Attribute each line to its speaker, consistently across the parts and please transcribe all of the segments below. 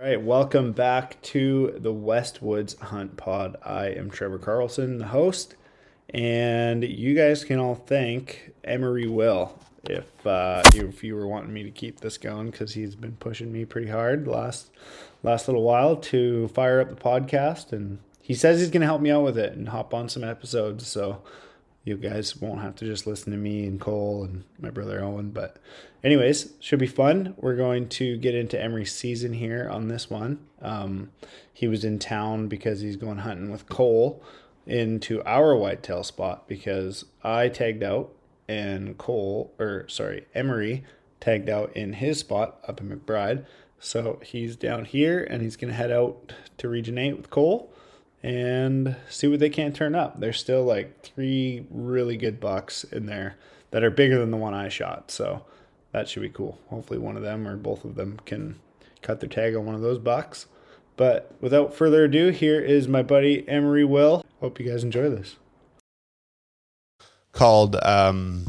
Speaker 1: right, welcome back to the Westwoods Hunt Pod. I am Trevor Carlson, the host, and you guys can all thank Emery Will if uh, if you were wanting me to keep this going because he's been pushing me pretty hard last last little while to fire up the podcast, and he says he's going to help me out with it and hop on some episodes. So you guys won't have to just listen to me and Cole and my brother Owen. But, anyways, should be fun. We're going to get into Emery's season here on this one. Um, he was in town because he's going hunting with Cole into our whitetail spot because I tagged out and Cole, or sorry, Emery tagged out in his spot up in McBride. So he's down here and he's going to head out to regenerate with Cole and see what they can't turn up. There's still like three really good bucks in there that are bigger than the one I shot. So that should be cool. Hopefully, one of them or both of them can cut their tag on one of those bucks. But without further ado, here is my buddy Emery Will. Hope you guys enjoy this.
Speaker 2: Called um,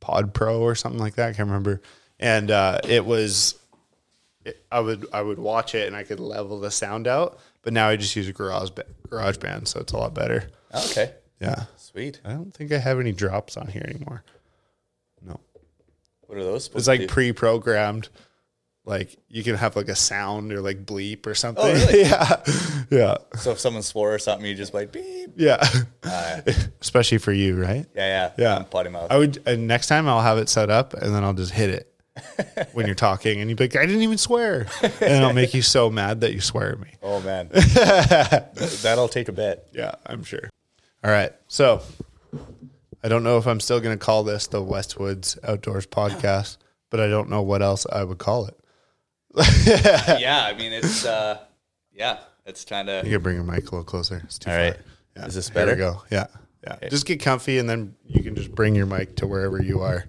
Speaker 2: Pod Pro or something like that. I can't remember. And uh, it was, it, I would I would watch it and I could level the sound out. But now I just use a garage ba- garage band, so it's a lot better.
Speaker 3: Okay.
Speaker 2: Yeah,
Speaker 3: Sweet.
Speaker 2: I don't think I have any drops on here anymore. No,
Speaker 3: What are those supposed
Speaker 2: it's
Speaker 3: to
Speaker 2: like
Speaker 3: do?
Speaker 2: pre-programmed. Like you can have like a sound or like bleep or something.
Speaker 3: Oh, really?
Speaker 2: yeah, yeah,
Speaker 3: so if someone swore or something, you just like beep.
Speaker 2: yeah.
Speaker 3: Uh,
Speaker 2: Especially for you, right?
Speaker 3: yeah, yeah.
Speaker 2: Yeah.
Speaker 3: I'm potty mouth.
Speaker 2: I would and next time I'll have it set up and then I'll just hit it when you're talking and you'd be like, I didn't even swear. And I'll make you so mad that you swear at me.
Speaker 3: oh man. That'll take a bit.
Speaker 2: Yeah, I'm sure. All right. So I don't know if I'm still gonna call this the Westwoods Outdoors podcast, but I don't know what else I would call it.
Speaker 3: yeah, I mean it's uh yeah, it's kind of
Speaker 2: You can bring your mic a little closer. It's too
Speaker 3: All
Speaker 2: far.
Speaker 3: right.
Speaker 2: Yeah.
Speaker 3: Is this
Speaker 2: There we
Speaker 3: better?
Speaker 2: go. Yeah. Yeah. Just get comfy and then you can just bring your mic to wherever you are.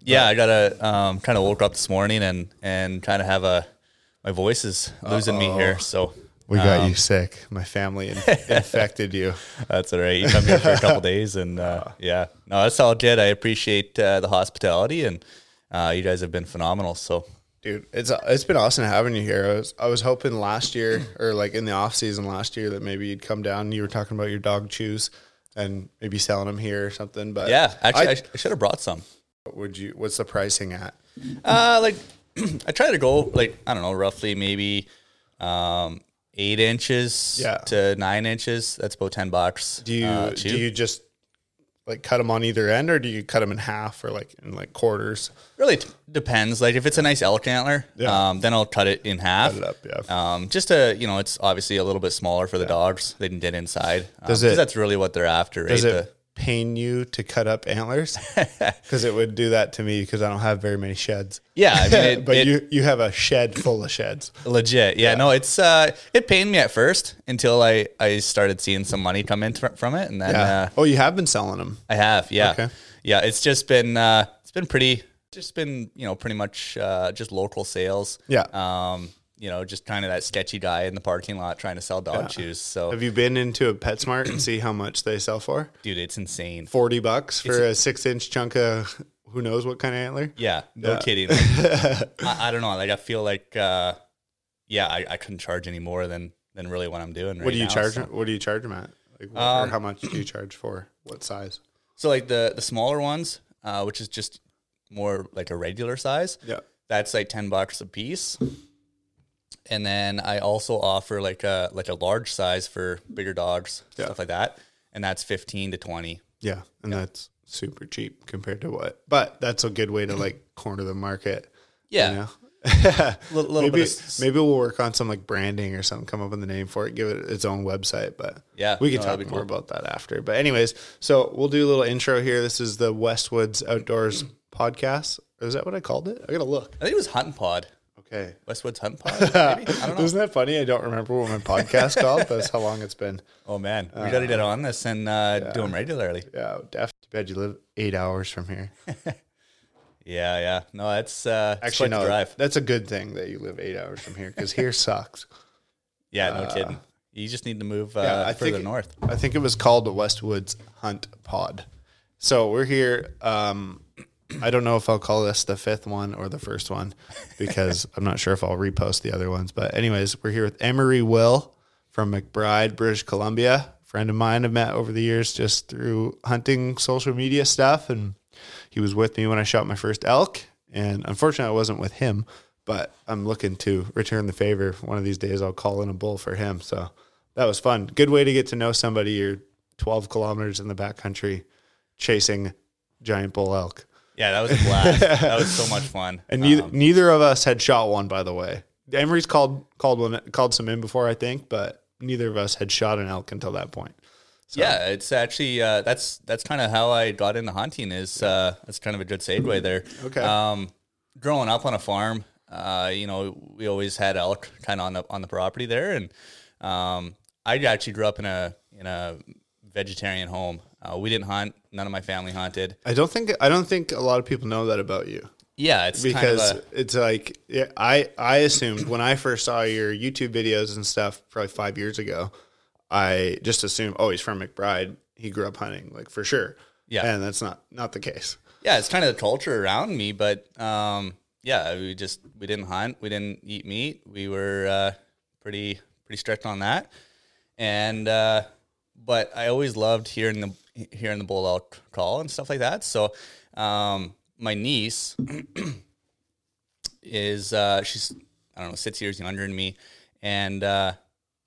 Speaker 3: Yeah, I gotta um, kind of woke up this morning and and kind of have a my voice is losing me here, so
Speaker 2: We got
Speaker 3: Um,
Speaker 2: you sick. My family in- infected you.
Speaker 3: that's all right. You come here for a couple days, and uh, yeah, no, that's all good. I appreciate uh, the hospitality, and uh, you guys have been phenomenal. So
Speaker 2: dude it's it's been awesome having you here i was i was hoping last year or like in the off season last year that maybe you'd come down and you were talking about your dog chews and maybe selling them here or something but
Speaker 3: yeah, actually, I,
Speaker 2: I-
Speaker 3: sh- I should have brought some.
Speaker 2: would you what's the pricing at
Speaker 3: Uh, like I try to go like I don't know, roughly maybe um eight inches
Speaker 2: Yeah.
Speaker 3: to nine inches. That's about ten bucks.
Speaker 2: do you
Speaker 3: uh,
Speaker 2: do
Speaker 3: chew.
Speaker 2: you just like cut them on either end or do you cut them in half or like in like quarters
Speaker 3: really t- depends? Like if it's a nice elk antler,
Speaker 2: Yeah.
Speaker 3: um, then I'll cut it in half.
Speaker 2: Cut it up, yeah.
Speaker 3: Um, just to you know, it's obviously a little bit smaller for the dogs. They can get inside. Um,
Speaker 2: Does
Speaker 3: 'cause
Speaker 2: it-
Speaker 3: That's really what they're after.
Speaker 2: does
Speaker 3: right?
Speaker 2: it pain you to cut up antlers because it would do that to me because i don't have very many sheds Uh,
Speaker 3: The- yeah, I mean, it,
Speaker 2: but
Speaker 3: it-
Speaker 2: you you have a shed full of sheds
Speaker 3: legit. Yeah, no, it's uh, it pained me at first until I I started seeing some money come in fr- from it, and then uh,
Speaker 2: oh you have been selling them
Speaker 3: I have, yeah,
Speaker 2: Okay.
Speaker 3: yeah. It's just been uh, it's been pretty, just been you know pretty much uh, just local sales.
Speaker 2: Yeah.
Speaker 3: Um, you know, just kind of that sketchy guy in the parking lot trying to sell dog shoes. So,
Speaker 2: Have you been into a PetSmart and see how much they sell for?
Speaker 3: dude, it's insane.
Speaker 2: Forty bucks for a six inch chunk of who knows what kind of antler.
Speaker 3: Yeah, no kidding. Like, I, I don't know. Like, I feel like, uh, yeah, I, I couldn't charge any more than than really what I'm doing. Right
Speaker 2: What do you
Speaker 3: now,
Speaker 2: charge?
Speaker 3: so. Um,
Speaker 2: What do you charge them at? Like, wh- or how much do you charge for? What size?
Speaker 3: So like the the smaller ones, uh, which is just more like a regular size.
Speaker 2: Yeah.
Speaker 3: That's like ten bucks a piece. And then I also offer like a like a large size for bigger dogs,
Speaker 2: Yeah.
Speaker 3: stuff like that. And that's fifteen to twenty.
Speaker 2: Yeah, and that's super cheap compared to what. But that's a good way to like corner the market.
Speaker 3: Yeah.
Speaker 2: You know?
Speaker 3: A little, little
Speaker 2: Maybe
Speaker 3: bit of s-
Speaker 2: maybe we'll work on some like branding or something. Come up with the name for it. Give it its own website. But
Speaker 3: Yeah,
Speaker 2: we can
Speaker 3: no,
Speaker 2: talk
Speaker 3: that'd
Speaker 2: more
Speaker 3: be
Speaker 2: about that after. But anyways, so we'll do a little intro here. This is the Westwoods Outdoors podcast. Is that what I called it? I gotta look.
Speaker 3: I think it was Hunt Pod.
Speaker 2: Okay.
Speaker 3: Westwood's Hunt Pod, maybe? I don't know.
Speaker 2: Isn't that funny? I don't remember what my podcast called. That's how long it's been.
Speaker 3: Oh man. We gotta get on this and uh, do 'em do them regularly.
Speaker 2: Yeah, def. Too bad you live eight hours from here.
Speaker 3: Yeah, yeah. No, that's uh it's
Speaker 2: Actually,
Speaker 3: quite the
Speaker 2: no.
Speaker 3: drive.
Speaker 2: That's a good thing that you live eight hours from here because here sucks.
Speaker 3: Yeah, no kidding. You just need to move uh,
Speaker 2: Uh, Yeah, I
Speaker 3: further
Speaker 2: think-
Speaker 3: north.
Speaker 2: I think it was called the Westwoods Hunt Pod. So we're here. Um, I don't know if I'll call this the fifth one or the first one because I'm not sure if I'll repost the other ones. But anyways, we're here with Emery Will from McBride, British Columbia. Friend of mine I've met over the years just through hunting social media stuff, and he was with me when I shot my first elk. And unfortunately, I wasn't with him, but I'm looking to return the favor. One of these days, I'll call in a bull for him. So that was fun. Good way to get to know somebody. You're 12 kilometers in the backcountry chasing giant bull elk.
Speaker 3: Yeah, that was a blast. that was so much fun.
Speaker 2: And
Speaker 3: Um,
Speaker 2: neither, neither of us had shot one, by the way. Emery's called called one called some in before, I think, but neither of us had shot an elk until that point.
Speaker 3: Yeah, it's actually uh, that's that's kind of how I got into hunting. Is uh, that's kind of a good segue there.
Speaker 2: Okay.
Speaker 3: Um, growing up on a farm, uh, you know, we always had elk kind of on the on the property there, and um, I actually grew up in a in a vegetarian home. Uh, we didn't hunt. None of my family hunted.
Speaker 2: I don't think I don't think a lot of people know that about you
Speaker 3: Yeah, it's
Speaker 2: because
Speaker 3: kind of
Speaker 2: it's like yeah, I I assumed when I first saw your YouTube videos and stuff probably five years ago, I just assumed oh he's from McBride, he grew up hunting like for sure.
Speaker 3: Yeah.
Speaker 2: and that's not not the case.
Speaker 3: yeah, it's kind of the culture around me. But um, yeah, we just we didn't hunt, we didn't eat meat. We were uh, pretty pretty strict on that. And uh, but I always loved hearing the hearing the bull elk call and stuff like that. So um, my niece is uh, she's I don't know six years younger than me, and uh,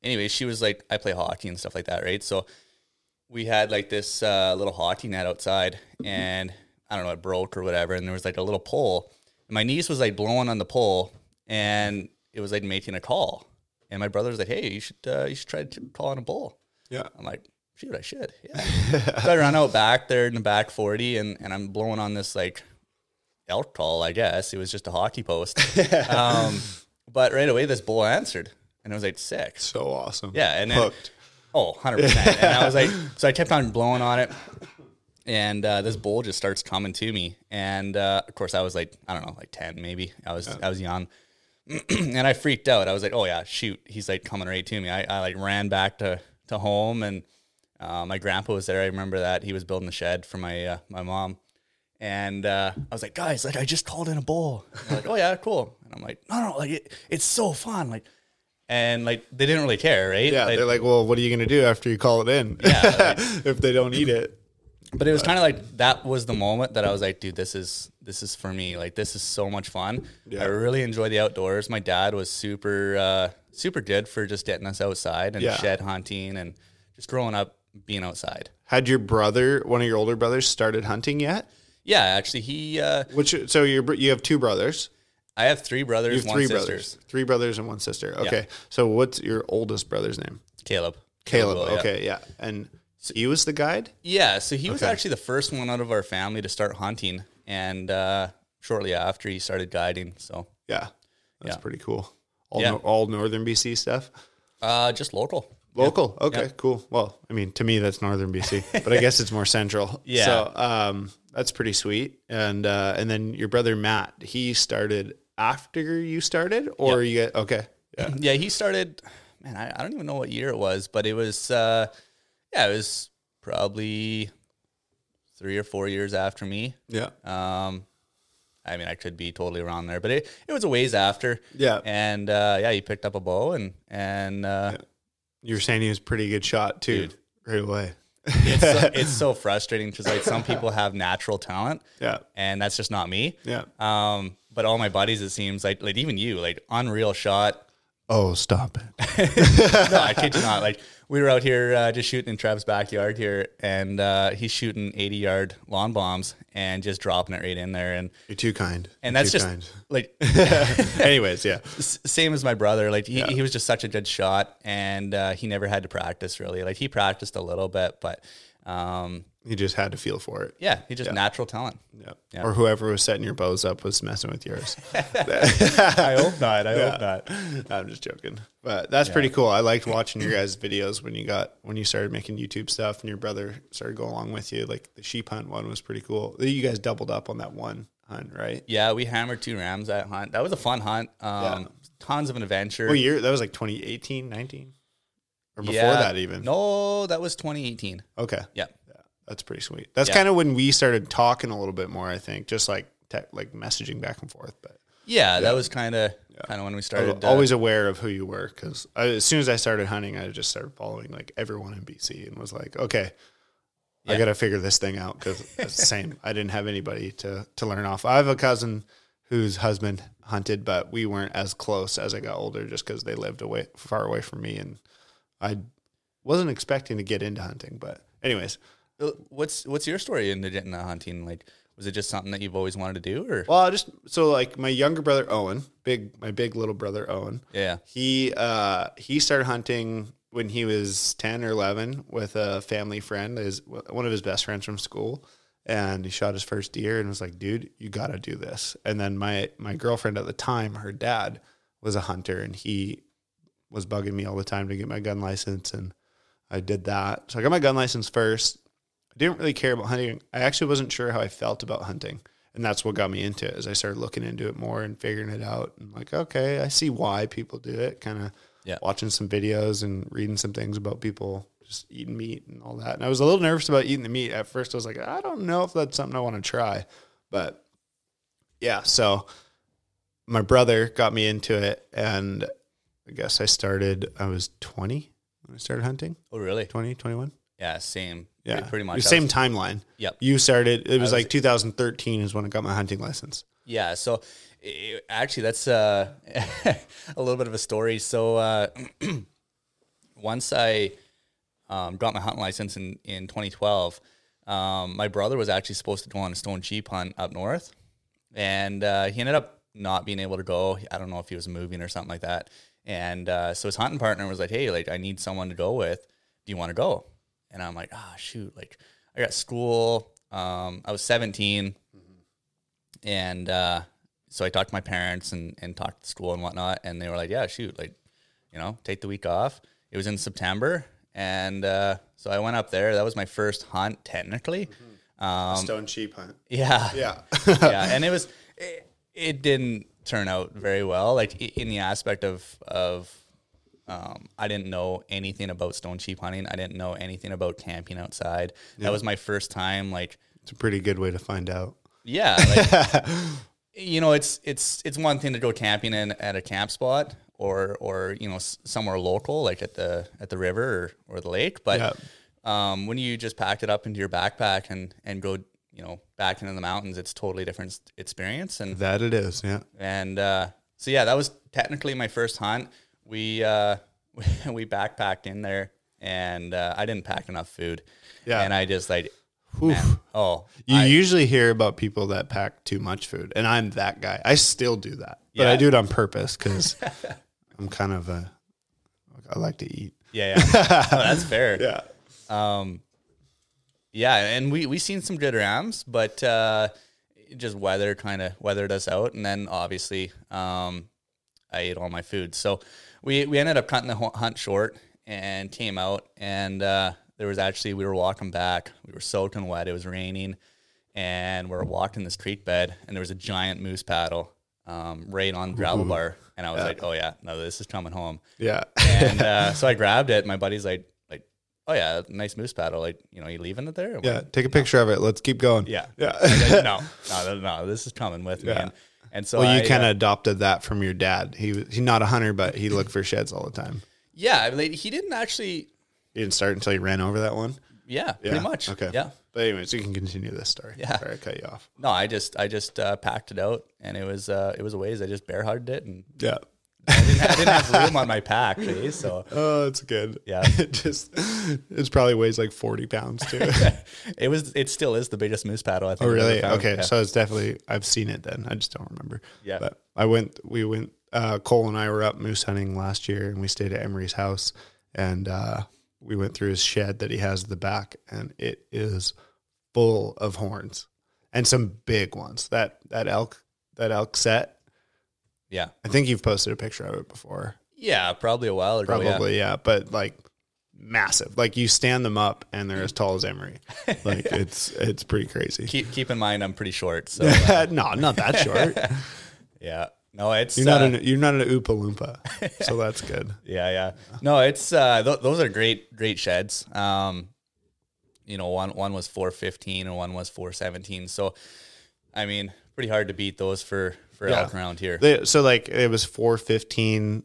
Speaker 3: anyway, she was like I play hockey and stuff like that, right? So we had like this uh, little hockey net outside, and I don't know, it broke or whatever, and there was like a little pole. And my niece was like blowing on the pole, and it was like making a call. And my brother was like, "Hey, you should uh, you should try to call on a bull."
Speaker 2: Yeah,
Speaker 3: I'm like, shoot, I should. Yeah. so I run out back there in the back 40 and, and I'm blowing on this like elk call, I guess. It was just a hockey post. um, but right away, this bull answered and it was like six.
Speaker 2: so awesome.
Speaker 3: Yeah. And then,
Speaker 2: hooked.
Speaker 3: oh, 100%. and I was like, so I kept on blowing on it. And uh, this bull just starts coming to me. And uh, of course, I was like, I don't know, like 10 maybe. I was, I was young and I freaked out. I was like, "Oh yeah, shoot!" He's like coming right to me. I, I like ran back to to home, and uh, my grandpa was there. I remember that he was building a shed for my uh, my mom, and uh, I was like, "Guys, like I just called in a bull." And they're like, "Oh yeah, cool." And I'm like, "No, no, like it, it's so fun." Like, and like they didn't really care, right?
Speaker 2: Yeah,
Speaker 3: Like,
Speaker 2: they're like, well, what are you going to do after you call it in? if they don't eat it.
Speaker 3: but it was kind of like that was the moment that I was like, dude, this is this is for me. Like, this is so much fun. I really enjoy the outdoors. My dad was super uh, super good for just getting us outside and
Speaker 2: Yeah.
Speaker 3: shed hunting and just growing up being outside.
Speaker 2: Had your brother, one of your older brothers, started hunting yet?
Speaker 3: Yeah, actually, he. Uh,
Speaker 2: Which so you are you have two brothers,
Speaker 3: I have three brothers,
Speaker 2: you have
Speaker 3: one
Speaker 2: three
Speaker 3: sisters.
Speaker 2: brothers, three brothers and one sister. Okay, so what's your oldest brother's name?
Speaker 3: Caleb.
Speaker 2: Caleb.
Speaker 3: Will, yeah.
Speaker 2: okay, yeah, and he was the guide.
Speaker 3: Yeah, so he was actually the first one out of our family to start hunting, and uh, shortly after he started guiding. So
Speaker 2: Yeah,
Speaker 3: Yeah.
Speaker 2: that's pretty cool. All
Speaker 3: Yeah.
Speaker 2: nor- all northern BC stuff.
Speaker 3: uh, just local.
Speaker 2: Local. Okay, cool. Well, I mean, to me, that's northern BC, but I guess it's more central.
Speaker 3: Yeah.
Speaker 2: So um, that's pretty sweet. And uh, and then your brother Matt, he started after you started, or you get okay. Yeah.
Speaker 3: yeah he started man I, I don't even know what year it was but it was uh yeah it was probably three or four years after me
Speaker 2: Yeah.
Speaker 3: um i mean i could be totally wrong there but it, it was a ways after
Speaker 2: Yeah.
Speaker 3: and uh yeah he picked up a bow and and uh
Speaker 2: You were saying he was a pretty good shot too,
Speaker 3: Dude.
Speaker 2: right away.
Speaker 3: it's, so, it's so frustrating because like some people have natural talent
Speaker 2: Yeah.
Speaker 3: and that's just not me
Speaker 2: Yeah.
Speaker 3: um but all my buddies it seems like like even you like unreal shot
Speaker 2: Oh, stop it.
Speaker 3: no, I kid you not. Like we were out here uh, just shooting in Trev's backyard here, and uh, he's shooting eighty yard lawn bombs and just dropping it right in there, and
Speaker 2: You're too kind.
Speaker 3: and
Speaker 2: You're
Speaker 3: that's
Speaker 2: too
Speaker 3: just
Speaker 2: kind.
Speaker 3: like
Speaker 2: Anyways, yeah.
Speaker 3: s- same as my brother. Like he, he was just such a good shot, and uh, he never had to practice really. Like he practiced a little bit, but um,
Speaker 2: You just had to feel for it.
Speaker 3: yeah, he just natural talent.
Speaker 2: Yeah. Or whoever was setting your bows up was messing with yours.
Speaker 3: I hope not. I hope not.
Speaker 2: I'm just joking. But that's pretty cool. I liked watching your guys' videos when you got when you started making YouTube stuff and your brother started going along with you. Like the sheep hunt one was pretty cool. You guys doubled up on that one hunt, right?
Speaker 3: Yeah, we hammered two rams that hunt. That was a fun hunt. Um, Tons of an adventure.
Speaker 2: What year? That was like 2018, 19? Or before
Speaker 3: Yeah.
Speaker 2: that even.
Speaker 3: No, that was 2018.
Speaker 2: Okay.
Speaker 3: Yeah.
Speaker 2: That's pretty sweet. That's
Speaker 3: Yeah.
Speaker 2: kind of when we started talking a little bit more. I think just like tech, like messaging back and forth, but
Speaker 3: Yeah, that was kind of kind of when we started. uh,
Speaker 2: always aware of who you were because as soon as I started hunting, I just started following like everyone in BC and was like, okay, I
Speaker 3: Yeah.
Speaker 2: got to figure this thing out because it's the same. I didn't have anybody to to learn off. I have a cousin whose husband hunted, but we weren't as close as I got older just because they lived away far away from me, and I wasn't expecting to get into hunting. But anyways,
Speaker 3: Uh, what's what's your story into getting into uh, hunting? Like, was it just something that you've always wanted to do, or
Speaker 2: well, I just so like my younger brother Owen, big my big little brother Owen.
Speaker 3: yeah,
Speaker 2: He uh he started hunting when he was 10 or 11 with a family friend, his one of his best friends from school, and he shot his first deer and was like, "Dude, you got to do this." And then my my girlfriend at the time, her dad was a hunter and he was bugging me all the time to get my gun license and I did that. So I got my gun license first. I didn't really care about hunting. I actually wasn't sure how I felt about hunting. And that's what got me into it as I started looking into it more and figuring it out and like, okay, I see why people do it. Kind of
Speaker 3: Yeah.
Speaker 2: watching some videos and reading some things about people just eating meat and all that. And I was a little nervous about eating the meat. At first I was like, I don't know if that's something I want to try. But yeah, so my brother got me into it and I guess I started I was 20 when I started hunting.
Speaker 3: oh really?
Speaker 2: 20, 21?
Speaker 3: Yeah, same.
Speaker 2: Yeah.
Speaker 3: pretty much.
Speaker 2: The
Speaker 3: I
Speaker 2: same
Speaker 3: was-
Speaker 2: timeline.
Speaker 3: Yep.
Speaker 2: You started it was,
Speaker 3: was-
Speaker 2: like 2013 is when I got my hunting license.
Speaker 3: Yeah. So i- i- actually, that's uh, a little bit of a story. So uh, once I um, got my hunting license in, in 2012, um, my brother was actually supposed to go on a stone sheep hunt up north, and uh, he ended up not being able to go. I don't know if he was moving or something like that. And uh, so his hunting partner was like, "Hey, like I need someone to go with. Do you want to go?" And I'm like, "Ah, shoot! Like I got school. Um, I was 17 and uh, so I talked to my parents and, and talked to school and whatnot, and they were like, "Yeah, shoot, like, you know, take the week off." It was in September, and uh, so I went up there. That was my first hunt, technically. Um,
Speaker 2: Stone sheep hunt.
Speaker 3: yeah,
Speaker 2: Yeah.
Speaker 3: yeah, and it was it, it didn't turn out very well, like i- in the aspect of of um, I didn't know anything about stone sheep hunting. I didn't know anything about camping outside. That was my first time, like
Speaker 2: it's a pretty good way to find out.
Speaker 3: yeah, like, you know, it's it's it's one thing to go camping in at a camp spot or or you know s- somewhere local like at the at the river or, or the lake, but
Speaker 2: Yeah.
Speaker 3: um, when you just packed it up into your backpack and and go you know back into the mountains, it's totally different s- experience and
Speaker 2: That it is, yeah.
Speaker 3: and uh, so yeah, that was technically my first hunt. We uh, we backpacked in there and uh, I didn't pack enough food,
Speaker 2: Yeah.
Speaker 3: and I just like. man, oh,
Speaker 2: You
Speaker 3: I-
Speaker 2: usually hear about people that pack too much food, and I'm that guy. I still do that, but I
Speaker 3: Yeah.
Speaker 2: do it on purpose because I'm kind of a. I like to eat.
Speaker 3: yeah, yeah. No, that's fair.
Speaker 2: Yeah,
Speaker 3: Um, yeah, and we we seen some good Rams, but uh, just weather kind of weathered us out, and then obviously um, I ate all my food, so we we ended up cutting the hu- hunt short and came out, and uh, there was actually we were walking back, we were soaking wet, it was raining, and we are walking this creek bed, and there was a giant moose paddle um, right on gravel bar, and I was like, oh yeah, no, this is coming home
Speaker 2: yeah.
Speaker 3: and uh, so I grabbed it. My buddy's like, like, oh yeah, nice moose paddle. Like, you know, you leaving it there? I'm
Speaker 2: Yeah,
Speaker 3: like,
Speaker 2: take a picture of it. Let's keep going.
Speaker 3: yeah,
Speaker 2: yeah.
Speaker 3: Like, no, no, no, no, this is coming with me.
Speaker 2: Yeah.
Speaker 3: And, and so
Speaker 2: Well,
Speaker 3: I,
Speaker 2: you
Speaker 3: uh,
Speaker 2: kind of adopted that from your dad. He was he's not a hunter, but he looked for sheds all the time.
Speaker 3: yeah. Like, he didn't actually.
Speaker 2: He didn't start until he ran over that one.
Speaker 3: Yeah,
Speaker 2: Yeah,
Speaker 3: pretty much.
Speaker 2: Okay.
Speaker 3: Yeah.
Speaker 2: But anyways, you can continue this story.
Speaker 3: Yeah.
Speaker 2: Sorry, I cut you off.
Speaker 3: No, I just, I just uh, packed it out, and it was, uh, it was a ways. I just bear hugged it, and
Speaker 2: Yeah.
Speaker 3: I didn't, I didn't have room on my pack, eh? so
Speaker 2: Oh, it's good.
Speaker 3: Yeah.
Speaker 2: it just it's probably weighs like forty pounds too.
Speaker 3: it was, it still is the biggest moose paddle. I think.
Speaker 2: Oh,
Speaker 3: I've ever
Speaker 2: really?
Speaker 3: found.
Speaker 2: Okay,
Speaker 3: Yeah.
Speaker 2: so it's definitely I've seen it then. I just don't remember.
Speaker 3: Yeah.
Speaker 2: but I went. We went. Uh, Cole and I were up moose hunting last year, and we stayed at Emery's house, and uh, we went through his shed that he has at the back, and it is full of horns and some big ones. That that elk that elk set.
Speaker 3: yeah,
Speaker 2: I think you've posted a picture of it before,
Speaker 3: yeah, probably a while ago.
Speaker 2: probably.
Speaker 3: yeah.
Speaker 2: yeah. but like massive. Like you stand them up, and they're as tall as Emery. Like it's it's pretty crazy. Uh,
Speaker 3: Keep keep in mind, I'm pretty short, so
Speaker 2: no, not that short.
Speaker 3: yeah. No, it's
Speaker 2: You're not
Speaker 3: uh,
Speaker 2: an you're not an Oompa Loompa, so that's good.
Speaker 3: Yeah, yeah. No, it's uh, th- those are great, great sheds. Um, you know, one one was four fifteen and one was four seventeen. So, I mean, pretty hard to beat those for for
Speaker 2: Yeah.
Speaker 3: elk around here.
Speaker 2: They, so like it was four fifteen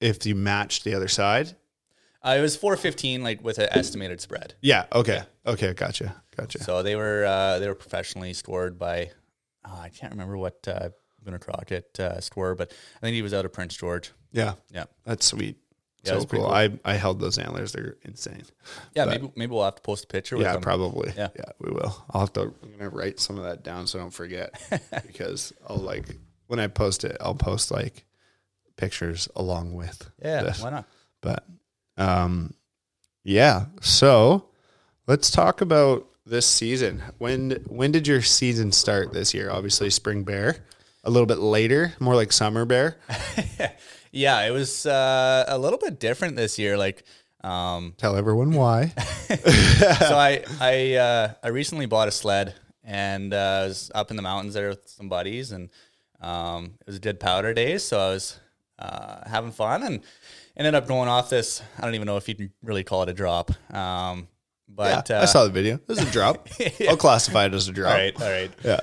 Speaker 2: if you matched the other side.
Speaker 3: Uh, it was four fifteen, like with an estimated spread.
Speaker 2: Yeah. Okay. Okay. Gotcha. Gotcha.
Speaker 3: So they were uh, they were professionally scored by oh, I can't remember what uh, Boone Crockett uh, scorer, but I think he was out of Prince George.
Speaker 2: yeah.
Speaker 3: Yeah,
Speaker 2: That's sweet.
Speaker 3: Yeah,
Speaker 2: so
Speaker 3: it's pretty
Speaker 2: cool. I, I held those antlers. They're insane.
Speaker 3: yeah.
Speaker 2: But-
Speaker 3: maybe maybe we'll have to post a picture. With
Speaker 2: Yeah,
Speaker 3: them.
Speaker 2: probably.
Speaker 3: Yeah.
Speaker 2: yeah, we will. I'll have to. I'm gonna write some of that down so I don't forget because I'll like when I post it, I'll post like pictures along with.
Speaker 3: Yeah,
Speaker 2: this.
Speaker 3: why not?
Speaker 2: but um, yeah. So let's talk about this season. When when did your season start this year? Obviously, spring bear. A little bit later, more like summer bear.
Speaker 3: Yeah, it was uh, a little bit different this year. Like, um,
Speaker 2: Tell everyone why.
Speaker 3: so I I uh, I recently bought a sled and uh, I was up in the mountains there with some buddies and um, it was dead powder days, so I was uh, having fun and ended up going off this. I don't even know if you can really call it a drop, um, but
Speaker 2: Yeah,
Speaker 3: uh,
Speaker 2: I saw the video. This is a drop. I'll classify it as a drop.
Speaker 3: all right, all right.
Speaker 2: Yeah.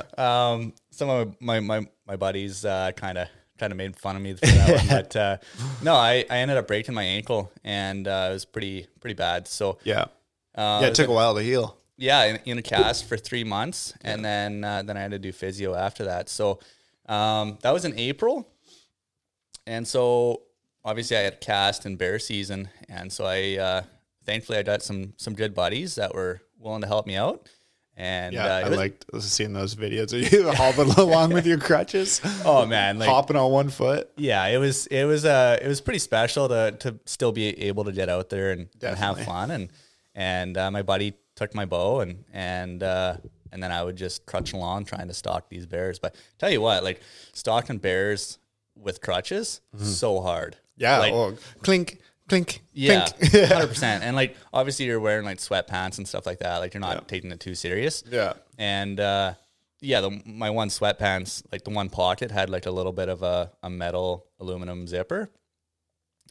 Speaker 3: Um, some of my my my buddies uh, kind of kind of made fun of me for that one, but uh, no, I, I ended up breaking my ankle and uh, it was pretty pretty bad. So
Speaker 2: Yeah.
Speaker 3: uh,
Speaker 2: yeah, it took a while to heal.
Speaker 3: yeah in, in a cast for three months and then uh, then i had to do physio after that so um, that was in april and so obviously i had cast in bear season and so i uh, thankfully i got some some good buddies that were willing to help me out and
Speaker 2: Yeah,
Speaker 3: uh, it
Speaker 2: I
Speaker 3: was-
Speaker 2: liked seeing those videos of you hopping along with your crutches,
Speaker 3: oh man like
Speaker 2: hopping on one foot.
Speaker 3: yeah it was it was uh it was pretty special to to still be able to get out there and, and have
Speaker 2: Definitely.
Speaker 3: fun and and uh, my buddy took my bow and and uh and then i would just crutch along trying to stalk these bears but tell you what like stalking bears with crutches so hard
Speaker 2: Mm-hmm. Yeah,
Speaker 3: like,
Speaker 2: oh, clink, clink,
Speaker 3: yeah
Speaker 2: clink.
Speaker 3: 100% and like obviously you're wearing like sweatpants and stuff like that like you're not taking it too serious
Speaker 2: yeah,
Speaker 3: and uh, yeah, the, my one sweatpants, like the one pocket, had like a little bit of a, a metal aluminum zipper,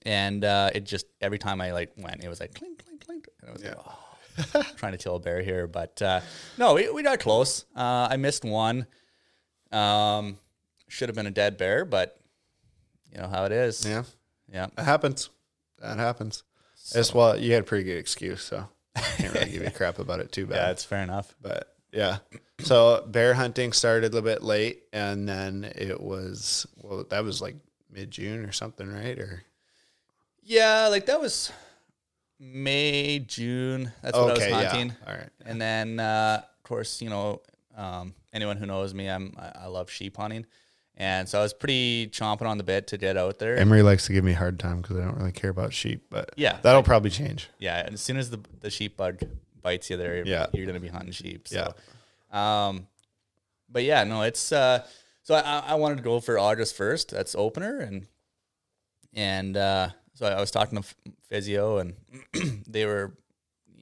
Speaker 3: and uh, it just every time I like went, it was like clink clink clink, and I was like, oh, trying to kill a bear here, but uh, no, we, we got close. Uh, I missed one. Um, should have been a dead bear, but you know how it is.
Speaker 2: yeah.
Speaker 3: yeah.
Speaker 2: That happens. That happens. It's well, you had a pretty good excuse, so I can't really give you crap about it too bad.
Speaker 3: Yeah, it's fair enough.
Speaker 2: but yeah, so bear hunting started a little bit late, and then it was well, that was like mid June or something, right? Or
Speaker 3: Yeah, like that was May, June. That's what I was hunting.
Speaker 2: all right,
Speaker 3: And then, uh, of course, you know, um, anyone who knows me, I'm I, I love sheep hunting, and so I was pretty chomping on the bit to get out there.
Speaker 2: Emery likes to give me a hard time because I don't really care about sheep, but
Speaker 3: Yeah.
Speaker 2: that'll probably change.
Speaker 3: yeah, and as soon as the the sheep bug bites you, there,
Speaker 2: Yeah.
Speaker 3: you're gonna be hunting sheep. So, um, but yeah, no, it's uh, so I- I, I wanted to go for August first. That's opener, and and uh, so I was talking to ph- physio, and they were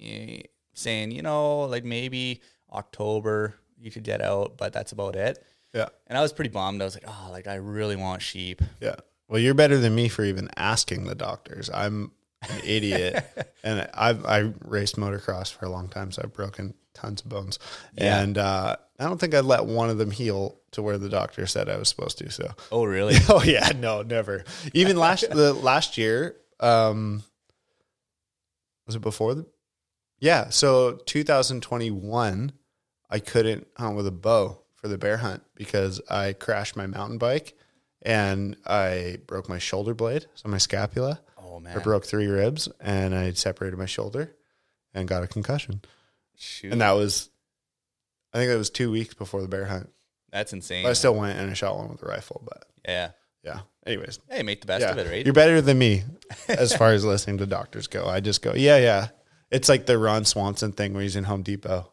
Speaker 3: eh, saying, you know, like maybe October you could get out, but that's about it.
Speaker 2: Yeah,
Speaker 3: And I was pretty bummed. I was like, oh, like I really want sheep.
Speaker 2: yeah. Well, you're better than me for even asking the doctors. I'm an idiot, and I've I raced motocross for a long time, so I've broken tons of bones,
Speaker 3: Yeah.
Speaker 2: and uh, I don't think I let one of them heal to where the doctor said I was supposed to. So,
Speaker 3: Oh, really?
Speaker 2: oh yeah, no, never. Even last the last year, um, was it before the? Yeah, so 2021, I couldn't hunt with a bow for the bear hunt because I crashed my mountain bike and I broke my shoulder blade, so my scapula.
Speaker 3: oh
Speaker 2: I
Speaker 3: man,
Speaker 2: broke three ribs and I separated my shoulder and got a concussion.
Speaker 3: shoot,
Speaker 2: And that was, I think that was two weeks before the bear hunt.
Speaker 3: that's insane.
Speaker 2: But I still went and I shot one with a rifle. But
Speaker 3: yeah.
Speaker 2: yeah, anyways,
Speaker 3: Hey, make the best
Speaker 2: yeah.
Speaker 3: of it, right?
Speaker 2: You're better than me as far as listening to doctors go. I just go, yeah, yeah. It's like the Ron Swanson thing where he's in Home Depot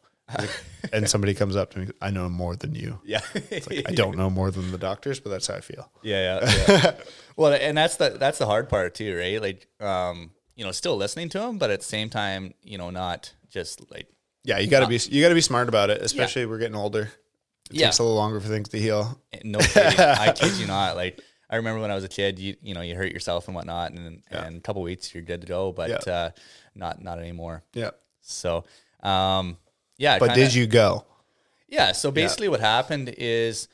Speaker 2: and somebody comes up to me, I know more than you.
Speaker 3: yeah.
Speaker 2: I don't know more than the doctors, but that's how I feel.
Speaker 3: yeah, yeah, yeah. well, and that's the that's the hard part too, right? Like, um, you know, still listening to them, but at the same time, you know, not just like
Speaker 2: Yeah, you gotta be you gotta be smart about it, especially we're getting older. It
Speaker 3: Yeah.
Speaker 2: takes a little longer for things to heal.
Speaker 3: no. kidding. I kid you not. Like, I remember when I was a kid, you you know, you hurt yourself and whatnot, and and a couple weeks you're good to go, but
Speaker 2: Yeah.
Speaker 3: uh, not not anymore.
Speaker 2: Yeah.
Speaker 3: So, Um, yeah.
Speaker 2: But
Speaker 3: kinda-
Speaker 2: did you go?
Speaker 3: Yeah. So basically, what happened is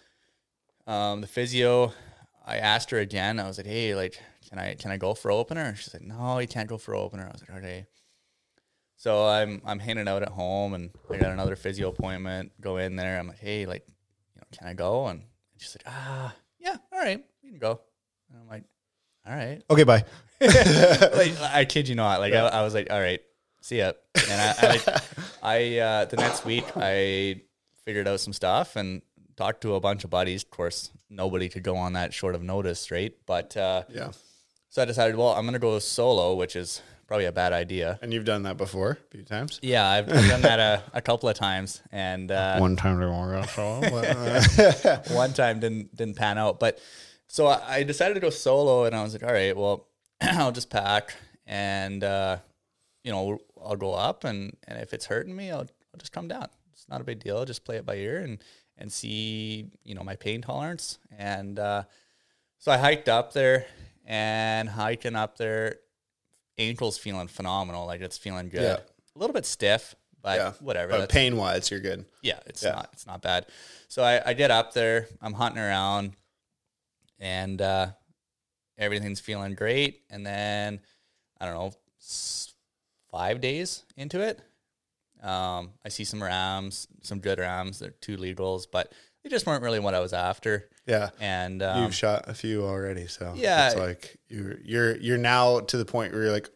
Speaker 3: um, the physio. I asked her again. I was like, "Hey, like, can I can I go for opener?" And she said, "No, you can't go for opener." I was like, "Okay." So I'm I'm hanging out at home, and I got another physio appointment. Go in there. I'm like, "Hey, like, you know, can I go?" And she's like, "Ah, yeah, all right, you can go." And I'm like, "All right."
Speaker 2: Okay, bye.
Speaker 3: like I kid you not. Like I, I was like, all right, see ya. And I, I like, I uh, the next week I figured out some stuff and talked to a bunch of buddies. Of course, nobody could go on that short of notice, right? But uh,
Speaker 2: Yeah.
Speaker 3: so I decided, well, I'm gonna go solo, which is probably a bad idea.
Speaker 2: And you've done that before a few times.
Speaker 3: Yeah, I've, I've done that a, a couple of times, and uh,
Speaker 2: One time to one round, so, uh,
Speaker 3: one time didn't didn't pan out. But so I, I decided to go solo, and I was like, all right, well, I'll just pack, and uh, you know, I'll go up, and and if it's hurting me, I'll I'll just come down. It's not a big deal. Just play it by ear and and see you know my pain tolerance. And uh, so I hiked up there, and hiking up there, ankle's feeling phenomenal. Like it's feeling good.
Speaker 2: Yeah.
Speaker 3: A little bit stiff, but
Speaker 2: Yeah.
Speaker 3: whatever.
Speaker 2: But
Speaker 3: that's-
Speaker 2: pain wise, you're good.
Speaker 3: yeah, it's
Speaker 2: Yeah.
Speaker 3: not it's not bad. So I, I get up there, I'm hunting around, and uh, everything's feeling great. And then I don't know, s- five days into it, um, I see some rams, some good rams. They're two legals, but they just weren't really what I was after.
Speaker 2: Yeah.
Speaker 3: And um,
Speaker 2: You've shot a few already, so
Speaker 3: Yeah.
Speaker 2: it's like you're you're you're now to the point where you're like,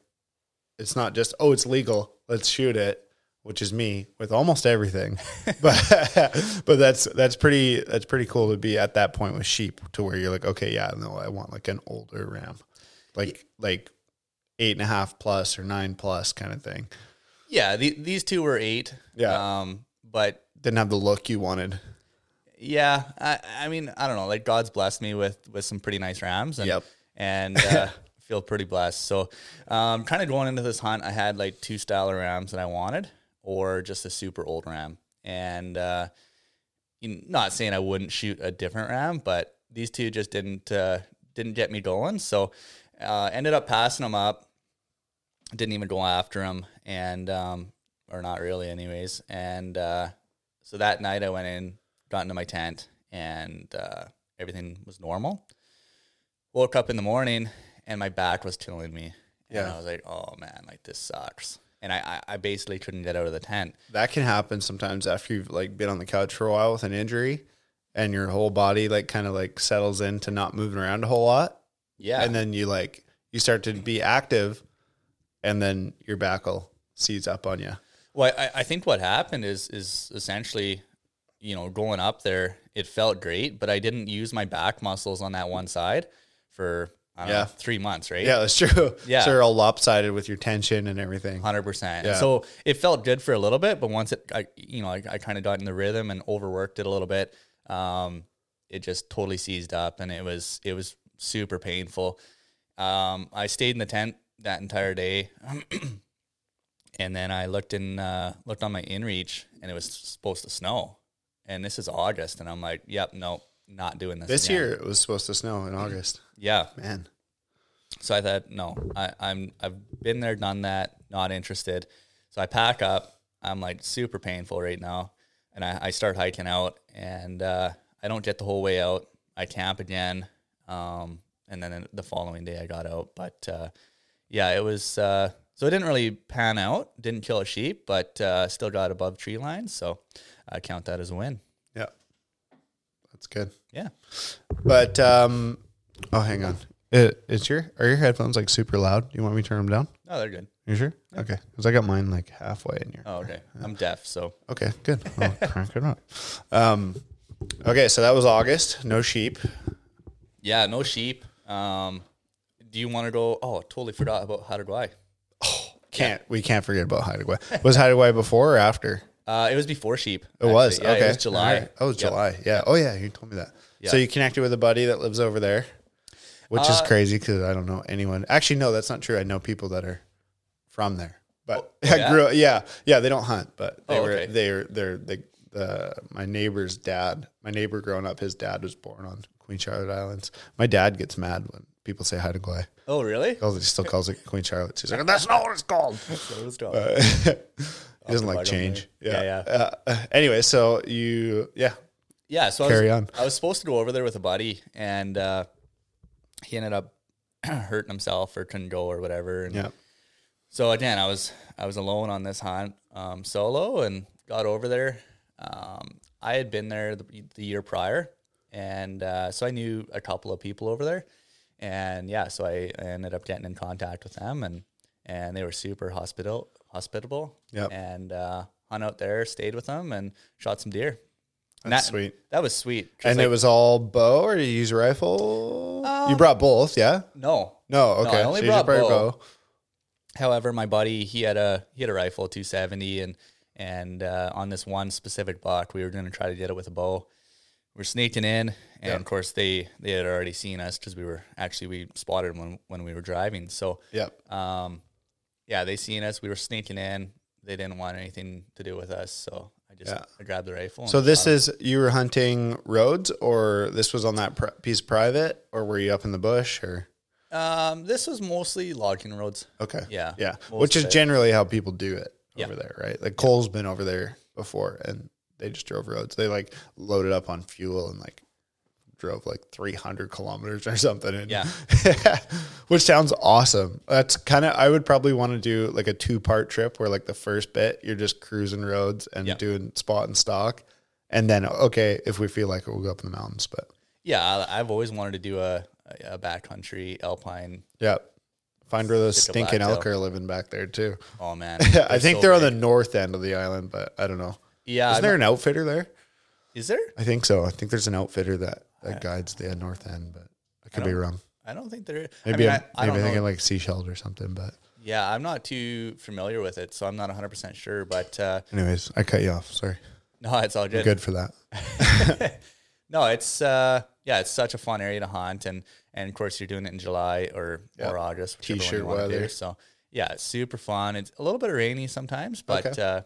Speaker 2: it's not just oh, it's legal, let's shoot it, which is me with almost everything, but but that's that's pretty that's pretty cool to be at that point with sheep to where you're like, okay, yeah, no, I want like an older ram, like like eight and a half plus or nine plus kind of thing.
Speaker 3: yeah, the, these two were eight.
Speaker 2: Yeah.
Speaker 3: Um, but
Speaker 2: Didn't have the look you wanted.
Speaker 3: yeah, I, I mean, I don't know. Like God's blessed me with with some pretty nice rams, and
Speaker 2: Yep.
Speaker 3: and uh, feel pretty blessed. So, um, kind of going into this hunt, I had like two style of rams that I wanted, or just a super old ram. And uh, you- not saying I wouldn't shoot a different ram, but these two just didn't uh, didn't get me going. So, uh, ended up passing them up didn't even go after him and um or not really anyways and uh so that night i went in got into my tent and uh everything was normal woke up in the morning and my back was killing me and
Speaker 2: Yeah.
Speaker 3: i was like oh man like this sucks and I, I i basically couldn't get out of the tent
Speaker 2: that can happen sometimes after you've like been on the couch for a while with an injury and your whole body like kind of like settles into not moving around a whole lot
Speaker 3: yeah
Speaker 2: and then you like you start to be active and then your back will seize up on you
Speaker 3: Well, I, I think what happened is is essentially, you know, going up there, it felt great, but I didn't use my back muscles on that one side for I don't
Speaker 2: Yeah.
Speaker 3: know, three months, right?
Speaker 2: yeah that's true
Speaker 3: Yeah.
Speaker 2: so you're all lopsided with your tension and everything
Speaker 3: Hundred percent.
Speaker 2: Yeah.
Speaker 3: So it felt good for a little bit, but once it, I, you know, I, I kind of got in the rhythm and overworked it a little bit. Um, it just totally seized up, and it was it was super painful. Um, I stayed in the tent that entire day, and then I looked in uh, looked on my inReach, and it was supposed to snow. And this is August, and I'm like, "Yep, no, not doing this
Speaker 2: this
Speaker 3: again.
Speaker 2: year it was supposed to snow in august
Speaker 3: Yeah,
Speaker 2: man
Speaker 3: so I thought, no, I, I'm I've been there, done that, not interested. So I pack up. I'm like super painful right now, and I, I start hiking out, and uh, I don't get the whole way out. I camp again, um, and then the following day I got out. But uh, yeah, it was uh, so it didn't really pan out. Didn't kill a sheep, but uh, still got above tree line. So I count that as a win.
Speaker 2: yeah that's good
Speaker 3: Yeah.
Speaker 2: but um oh hang on it, it's your are your headphones like super loud do you want me to turn them down
Speaker 3: Oh, they're good.
Speaker 2: you sure okay because i got mine like halfway in here
Speaker 3: Oh, okay. I'm deaf, so
Speaker 2: Okay, good. I'll crank it up. Um, okay, so that was August. No sheep.
Speaker 3: Yeah, no sheep. Um, do you want to go? Oh, totally forgot about Haraguay.
Speaker 2: Can't we can't forget about Hideaway. Was Hideaway before or after?
Speaker 3: Uh, it was before sheep.
Speaker 2: It was
Speaker 3: Yeah,
Speaker 2: okay.
Speaker 3: It was July.
Speaker 2: All right. Oh,
Speaker 3: Yep.
Speaker 2: July. Yeah. Oh, yeah. You told me that.
Speaker 3: Yeah. Uh,
Speaker 2: So you connected with a buddy that lives over there, which is crazy because I don't know anyone. Actually, no, that's not true. I know people that are from there, but
Speaker 3: Oh, yeah?
Speaker 2: I grew. Yeah, yeah. They don't hunt, but they
Speaker 3: Oh,
Speaker 2: were.
Speaker 3: okay.
Speaker 2: They were. They're the the my neighbor's dad. My neighbor growing up, his dad was born on Queen Charlotte Islands. My dad gets mad when people say hi to Glay.
Speaker 3: Oh, really?
Speaker 2: He still calls it Queen Charlotte. He's like, that's not what it's called.
Speaker 3: So it was July.
Speaker 2: Uh, He doesn't like
Speaker 3: bug him
Speaker 2: change.
Speaker 3: there. Yeah, yeah.
Speaker 2: Uh, uh, anyway, so you, yeah,
Speaker 3: Yeah, so
Speaker 2: Carry
Speaker 3: I was,
Speaker 2: on.
Speaker 3: I was supposed to go over there with a buddy, and uh, he ended up hurting himself or couldn't go or whatever. And
Speaker 2: yeah.
Speaker 3: so again, I was I was alone on this hunt, um, solo, and got over there. Um, I had been there the, the year prior, and uh, so I knew a couple of people over there, and yeah, so I ended up getting in contact with them, and and they were super hospitable, hospitable,
Speaker 2: Yep.
Speaker 3: and uh, hung out there, stayed with them, and shot some deer. And
Speaker 2: That's
Speaker 3: that-
Speaker 2: sweet.
Speaker 3: That was sweet. 'cause,
Speaker 2: And
Speaker 3: like,
Speaker 2: it was all bow, or did you use rifle? you brought both, yeah.
Speaker 3: no,
Speaker 2: No,
Speaker 3: No,
Speaker 2: okay.
Speaker 3: I only
Speaker 2: you just
Speaker 3: brought
Speaker 2: your
Speaker 3: bow. However, my buddy he had a he had a rifle 270 and and uh, on this one specific buck we were going to try to get it with a bow. We're sneaking in, and of course they they had already seen us because we were actually we spotted them when when we were driving. So
Speaker 2: Yep.
Speaker 3: um, yeah, they seen us. We were sneaking in. They didn't want anything to do with us, so I just
Speaker 2: Yeah.
Speaker 3: I grabbed the rifle. and
Speaker 2: So this
Speaker 3: shot 'em.
Speaker 2: is you were hunting roads, or this was on that pri piece of private, or were you up in the bush, or
Speaker 3: um this was mostly logging roads.
Speaker 2: okay,
Speaker 3: Yeah,
Speaker 2: yeah,
Speaker 3: most
Speaker 2: which
Speaker 3: of
Speaker 2: is
Speaker 3: it.
Speaker 2: generally how people do it
Speaker 3: Yeah.
Speaker 2: over there, right? Like Cole's been over there before, and they just drove roads. They like loaded up on fuel and like drove like 300 kilometers or something. And
Speaker 3: Yeah.
Speaker 2: which sounds awesome. That's kind of I would probably want to do like a two part trip where like the first bit you're just cruising roads and
Speaker 3: Yeah.
Speaker 2: doing spot and stock, and then okay if we feel like it, we'll go up in the mountains, but.
Speaker 3: Yeah, I, I've always wanted to do a a backcountry alpine.
Speaker 2: Yeah. Find where those
Speaker 3: Stick a
Speaker 2: stinking
Speaker 3: black
Speaker 2: elk
Speaker 3: tail.
Speaker 2: are living back there too.
Speaker 3: Oh man,
Speaker 2: I think
Speaker 3: so
Speaker 2: they're on
Speaker 3: big. Uh,
Speaker 2: the north end of the island, but I don't know.
Speaker 3: yeah.
Speaker 2: Isn't
Speaker 3: I'm-
Speaker 2: there an outfitter there?
Speaker 3: Is there?
Speaker 2: I think so. I think there's an outfitter that, that guides the north end, but I could be wrong.
Speaker 3: I don't think there.
Speaker 2: Maybe
Speaker 3: I
Speaker 2: I
Speaker 3: mean, I, I
Speaker 2: am maybe
Speaker 3: don't
Speaker 2: thinking
Speaker 3: know.
Speaker 2: like seashells or something. But
Speaker 3: Yeah, I'm not too familiar with it, so I'm not 100 percent sure. But uh,
Speaker 2: anyways, I cut you off. Sorry.
Speaker 3: no, it's all good.
Speaker 2: Good for that.
Speaker 3: No, it's uh, yeah, it's such a fun area to hunt, and and of course you're doing it in July or or August. whichever one you
Speaker 2: T-shirt
Speaker 3: wanna do.
Speaker 2: weather.
Speaker 3: So yeah, it's super fun. It's a little bit rainy sometimes, but
Speaker 2: Okay.
Speaker 3: uh,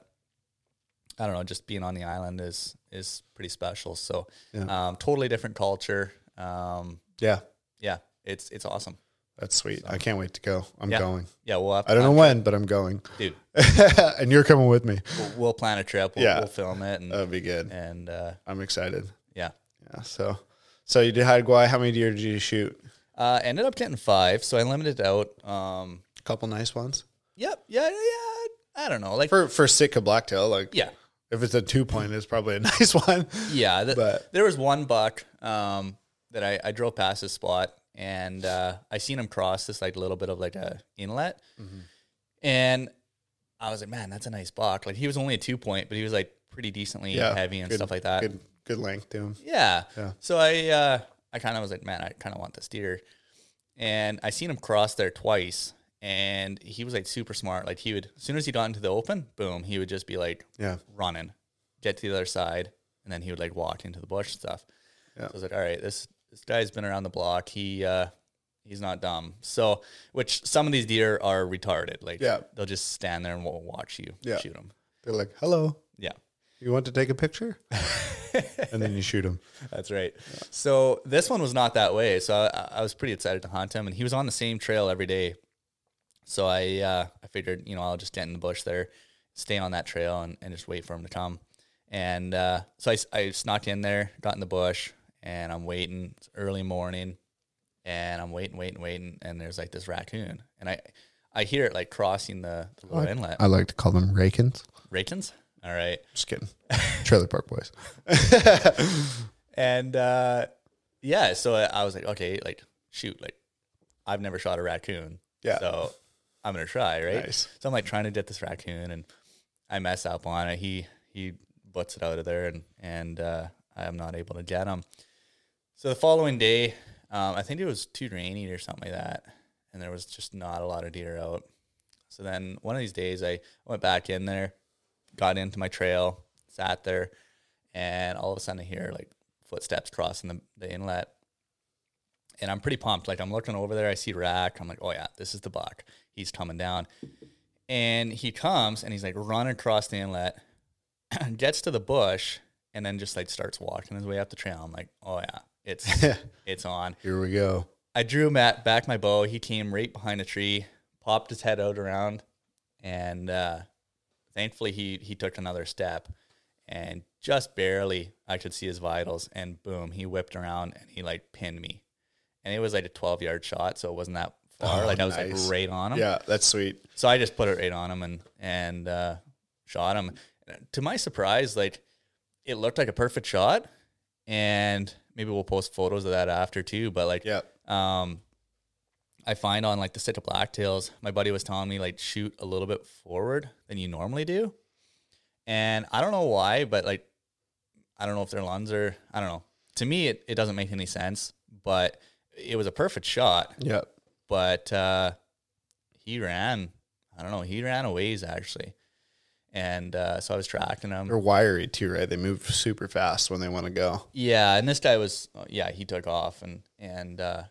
Speaker 3: I don't know. Just being on the island is is pretty special. So
Speaker 2: Yeah.
Speaker 3: um, totally different culture. Um,
Speaker 2: Yeah,
Speaker 3: yeah, it's it's awesome.
Speaker 2: that's sweet. I can't wait to go. I'm
Speaker 3: Yeah.
Speaker 2: going.
Speaker 3: Yeah, we'll have
Speaker 2: I don't know when, but I'm going.
Speaker 3: dude.
Speaker 2: and you're coming with me.
Speaker 3: We'll, we'll plan a trip. We'll,
Speaker 2: Yeah.
Speaker 3: we'll film it and
Speaker 2: That'd be good.
Speaker 3: and uh,
Speaker 2: I'm excited.
Speaker 3: yeah.
Speaker 2: Yeah. So, so you did hide guai. How many deer did you shoot?
Speaker 3: Uh, ended up getting five, so I limited it out. Um,
Speaker 2: A couple nice ones.
Speaker 3: yep, yeah, yeah, yeah. I don't know, like
Speaker 2: for for Sitka blacktail, like
Speaker 3: yeah,
Speaker 2: if it's a two point, it's probably a nice one.
Speaker 3: yeah. th-
Speaker 2: But-
Speaker 3: there was one buck um, that I, I drove past this spot, and uh, I seen him cross this like little bit of like a inlet,
Speaker 2: Mm-hmm.
Speaker 3: and I was like, man, that's a nice buck. Like he was only a two point, but he was like pretty decently
Speaker 2: Yeah,
Speaker 3: heavy and
Speaker 2: good-
Speaker 3: stuff like that.
Speaker 2: Good good length to him.
Speaker 3: Yeah.
Speaker 2: Yeah.
Speaker 3: So I uh, I kind of was like, man, I kind of want this deer, and I seen him cross there twice, and he was like super smart. Like he would, as soon as he got into the open, boom, he would just be like
Speaker 2: Yeah.
Speaker 3: running, get to the other side, and then he would like walk into the bush and stuff.
Speaker 2: Yeah.
Speaker 3: So I was like, all right, this this guy's been around the block. He uh, he's not dumb. So which some of these deer are retarded. Like
Speaker 2: Yeah.
Speaker 3: they'll just stand there and will watch you
Speaker 2: Yeah.
Speaker 3: shoot them.
Speaker 2: They're like, Hello,
Speaker 3: Yeah.
Speaker 2: you want to take a picture? and then you shoot him.
Speaker 3: That's right. So this one was not that way. So I, I was pretty excited to hunt him, and he was on the same trail every day. So I uh, I figured you know I'll just get in the bush there, stay on that trail, and, and just wait for him to come. And uh, so I, s- I snuck in there, got in the bush, and I'm waiting. It's early morning, and I'm waiting, waiting, waiting, and there's like this raccoon, and I I hear it like crossing the, the little inlet.
Speaker 2: I like to call them Rakins.
Speaker 3: Rakins. All right.
Speaker 2: Just kidding. Trailer Park Boys.
Speaker 3: And uh, yeah, so I I was like, okay, like shoot, like I've never shot a raccoon.
Speaker 2: Yeah.
Speaker 3: So I'm gonna try, right?
Speaker 2: Nice.
Speaker 3: So I'm like trying to get this raccoon and I mess up on it. He he butts it out of there and and uh, I'm not able to get him. So the following day, um, I think it was too rainy or something like that, and there was just not a lot of deer out. So then one of these days, I went back in there, got into my trail, sat there, and all of a sudden I hear like footsteps crossing the, the inlet. And I'm pretty pumped. Like I'm looking over there, I see Rack. I'm like, oh yeah, this is the buck. He's coming down. And he comes and he's like running across the inlet, gets to the bush, and then just like starts walking his way up the trail. I'm like, oh yeah, it's it's on.
Speaker 2: Here we go.
Speaker 3: I drew Matt back my bow. He came right behind a tree, popped his head out around, and uh, Thankfully, he he took another step, and just barely I could see his vitals, and boom, he whipped around and he like pinned me, and it was like a twelve yard shot, so it wasn't that far.
Speaker 2: Oh,
Speaker 3: like I was
Speaker 2: nice.
Speaker 3: like right on him.
Speaker 2: Yeah, that's sweet.
Speaker 3: So I just put it right on him and and uh, shot him. To my surprise, like it looked like a perfect shot, and maybe we'll post photos of that after too. But like,
Speaker 2: Yeah.
Speaker 3: um, I find on like the sit to blacktails, my buddy was telling me like shoot a little bit forward than you normally do, and I don't know why, but like I don't know if their lungs are I don't know. To me, it, it doesn't make any sense, but it was a perfect shot
Speaker 2: Yeah.
Speaker 3: but uh, he ran. I don't know. He ran a ways actually, and uh, so I was tracking him.
Speaker 2: They're wiry too, right? They move super fast when they want to go.
Speaker 3: Yeah, and this guy was uh, yeah he took off and and uh,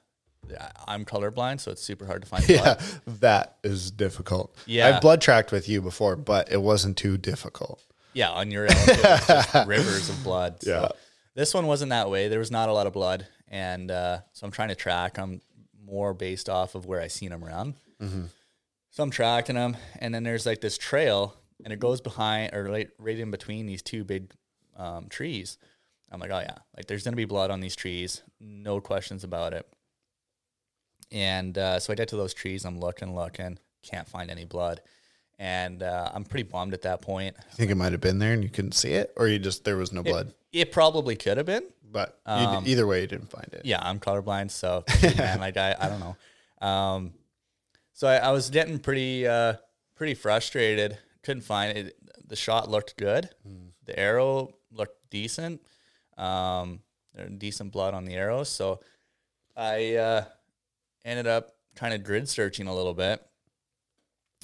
Speaker 3: I- I'm colorblind, so it's super hard to find. blood.
Speaker 2: Yeah, that is difficult.
Speaker 3: Yeah.
Speaker 2: I've blood tracked with you before, but it wasn't too difficult.
Speaker 3: yeah. On your own, it was just rivers of blood.
Speaker 2: Yeah.
Speaker 3: So this one wasn't that way. There was not a lot of blood, and uh, so I'm trying to track him more based off of where I seen him run. So I'm tracking them, and then there's like this trail, and it goes behind or right, right in between these two big um, trees. I'm like, oh yeah, like there's gonna be blood on these trees, no questions about it. And uh, so I get to those trees, I'm looking, looking, can't find any blood, and uh, I'm pretty bummed at that point.
Speaker 2: You think it might have been there and you couldn't see it, or you just there was no blood.
Speaker 3: It probably could have been.
Speaker 2: but you, d- either way, you didn't find it.
Speaker 3: Yeah, I'm colorblind, so man, like I, I don't know. Um, so I, I was getting pretty uh, pretty frustrated. Couldn't find it. The shot looked good. The arrow looked decent. Um, there was decent blood on the arrow. So I uh, ended up kind of grid searching a little bit.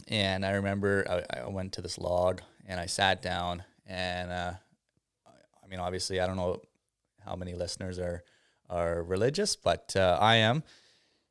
Speaker 3: And I remember I, I went to this log and I sat down. And uh, I- I mean, obviously, I don't know how many listeners are are religious, but uh, I am,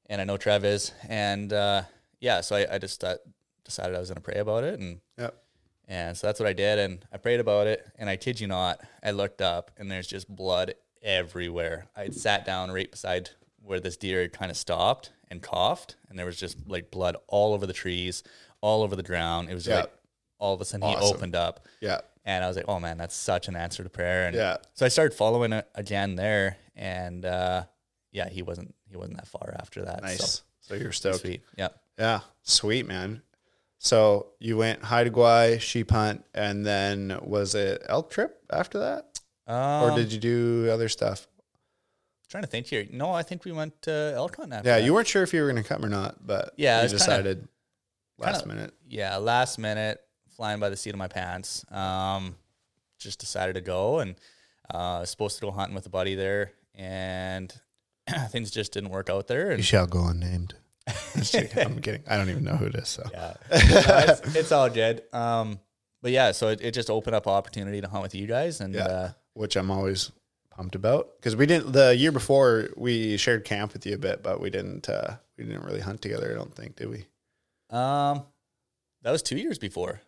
Speaker 3: and I know Trev is, and uh, yeah, so I, I just uh, decided I was going to pray about it, and
Speaker 2: Yep.
Speaker 3: and so that's what I did, and I prayed about it, and I kid you not, I looked up, and there's just blood everywhere. I had sat down right beside where this deer had kind of stopped and coughed, and there was just like blood all over the trees, all over the ground. It was
Speaker 2: Yeah.
Speaker 3: like all of a sudden he
Speaker 2: Awesome.
Speaker 3: opened up.
Speaker 2: Yeah.
Speaker 3: And I was like, oh man, that's such an answer to prayer. And
Speaker 2: Yeah.
Speaker 3: so I started following it again there. And uh, yeah, he wasn't he wasn't that far after that.
Speaker 2: Nice.
Speaker 3: So
Speaker 2: So you're stoked.
Speaker 3: sweet. Yeah.
Speaker 2: Yeah. Sweet, man. So you went high to guy, sheep hunt, and then was it elk trip after that?
Speaker 3: Um,
Speaker 2: Or did you do other stuff?
Speaker 3: trying to think here. No, I think we went to elk hunt after
Speaker 2: Yeah,
Speaker 3: that.
Speaker 2: you weren't sure if you were going to come or not, but
Speaker 3: Yeah,
Speaker 2: you
Speaker 3: it's kinda-
Speaker 2: decided last
Speaker 3: kinda-
Speaker 2: minute.
Speaker 3: yeah, last minute, flying by the seat of my pants. Um, just decided to go and uh was supposed to go hunting with a buddy there and things just didn't work out there.
Speaker 2: You
Speaker 3: And
Speaker 2: shall go unnamed. Just kidding. I'm kidding. I don't even know who it is. So
Speaker 3: yeah. No, it's, it's all good. Um, but yeah, so it, it just opened up opportunity to hunt with you guys, and
Speaker 2: Yeah.
Speaker 3: uh,
Speaker 2: which I'm always pumped about because we didn't the year before we shared camp with you a bit, but we didn't uh, we didn't really hunt together. I don't think did we?
Speaker 3: um, that was two years before.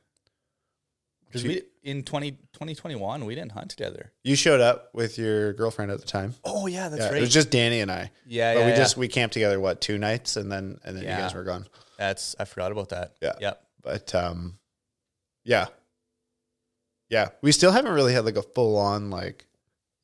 Speaker 3: Because
Speaker 2: Two-
Speaker 3: we in 20, 2021, we didn't hunt together.
Speaker 2: You showed up with your girlfriend at the time.
Speaker 3: Oh yeah, that's
Speaker 2: yeah,
Speaker 3: right.
Speaker 2: it was just Danny and I.
Speaker 3: yeah,
Speaker 2: but
Speaker 3: yeah,
Speaker 2: we
Speaker 3: yeah.
Speaker 2: just we camped together what two nights and then and then
Speaker 3: Yeah.
Speaker 2: you guys were gone.
Speaker 3: that's I forgot about that.
Speaker 2: Yeah.
Speaker 3: Yep.
Speaker 2: But um, yeah, yeah, we still haven't really had like a full on like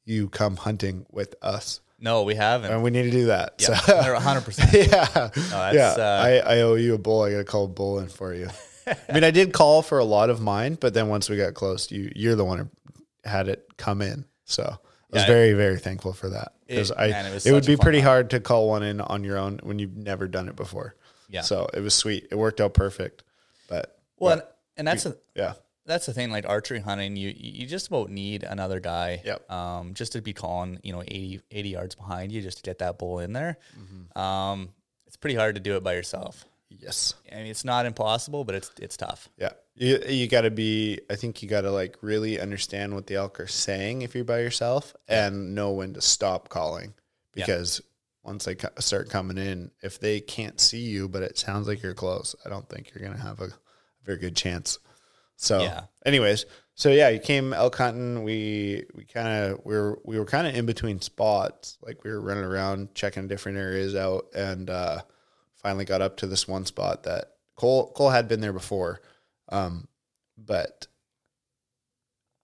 Speaker 2: you come hunting with us,
Speaker 3: No, we haven't.
Speaker 2: and we need to do that.
Speaker 3: Yeah,
Speaker 2: So-
Speaker 3: one hundred percent.
Speaker 2: yeah. yeah.
Speaker 3: uh,
Speaker 2: I, I owe you a bull. I got to call a bull in for you. I mean, I did call for a lot of mine, but then once we got close, you, you're the one who had it come in. So I was
Speaker 3: Yeah,
Speaker 2: very, very thankful for that. Because
Speaker 3: It-
Speaker 2: I,
Speaker 3: man, it was
Speaker 2: it would
Speaker 3: such a
Speaker 2: be
Speaker 3: fun
Speaker 2: pretty
Speaker 3: hunt.
Speaker 2: hard to call one in on your own when you've never done it before.
Speaker 3: Yeah.
Speaker 2: So it was sweet. It worked out perfect. But
Speaker 3: Well, and, and that's a
Speaker 2: yeah,
Speaker 3: that's the thing. Like archery hunting, you you just about need another guy.
Speaker 2: Yep.
Speaker 3: Um, just to be calling, you know, 80, 80 yards behind you, just to get that bull in there.
Speaker 2: Mm-hmm.
Speaker 3: Um, it's pretty hard to do it by yourself.
Speaker 2: yes.
Speaker 3: I mean, it's not impossible, but it's it's tough.
Speaker 2: Yeah. You, you got to be, I think you got to like really understand what the elk are saying if you're by yourself and know when to stop calling
Speaker 3: Yeah.
Speaker 2: because once they co- start coming in, if they can't see you, but it sounds like you're close, I don't think you're going to have a very good chance. So,
Speaker 3: Yeah.
Speaker 2: anyways, so yeah, you came elk hunting. We, we kind of, we were, we were kind of in between spots. Like we were running around checking different areas out and, uh, finally got up to this one spot that Cole, Cole had been there before. Um, but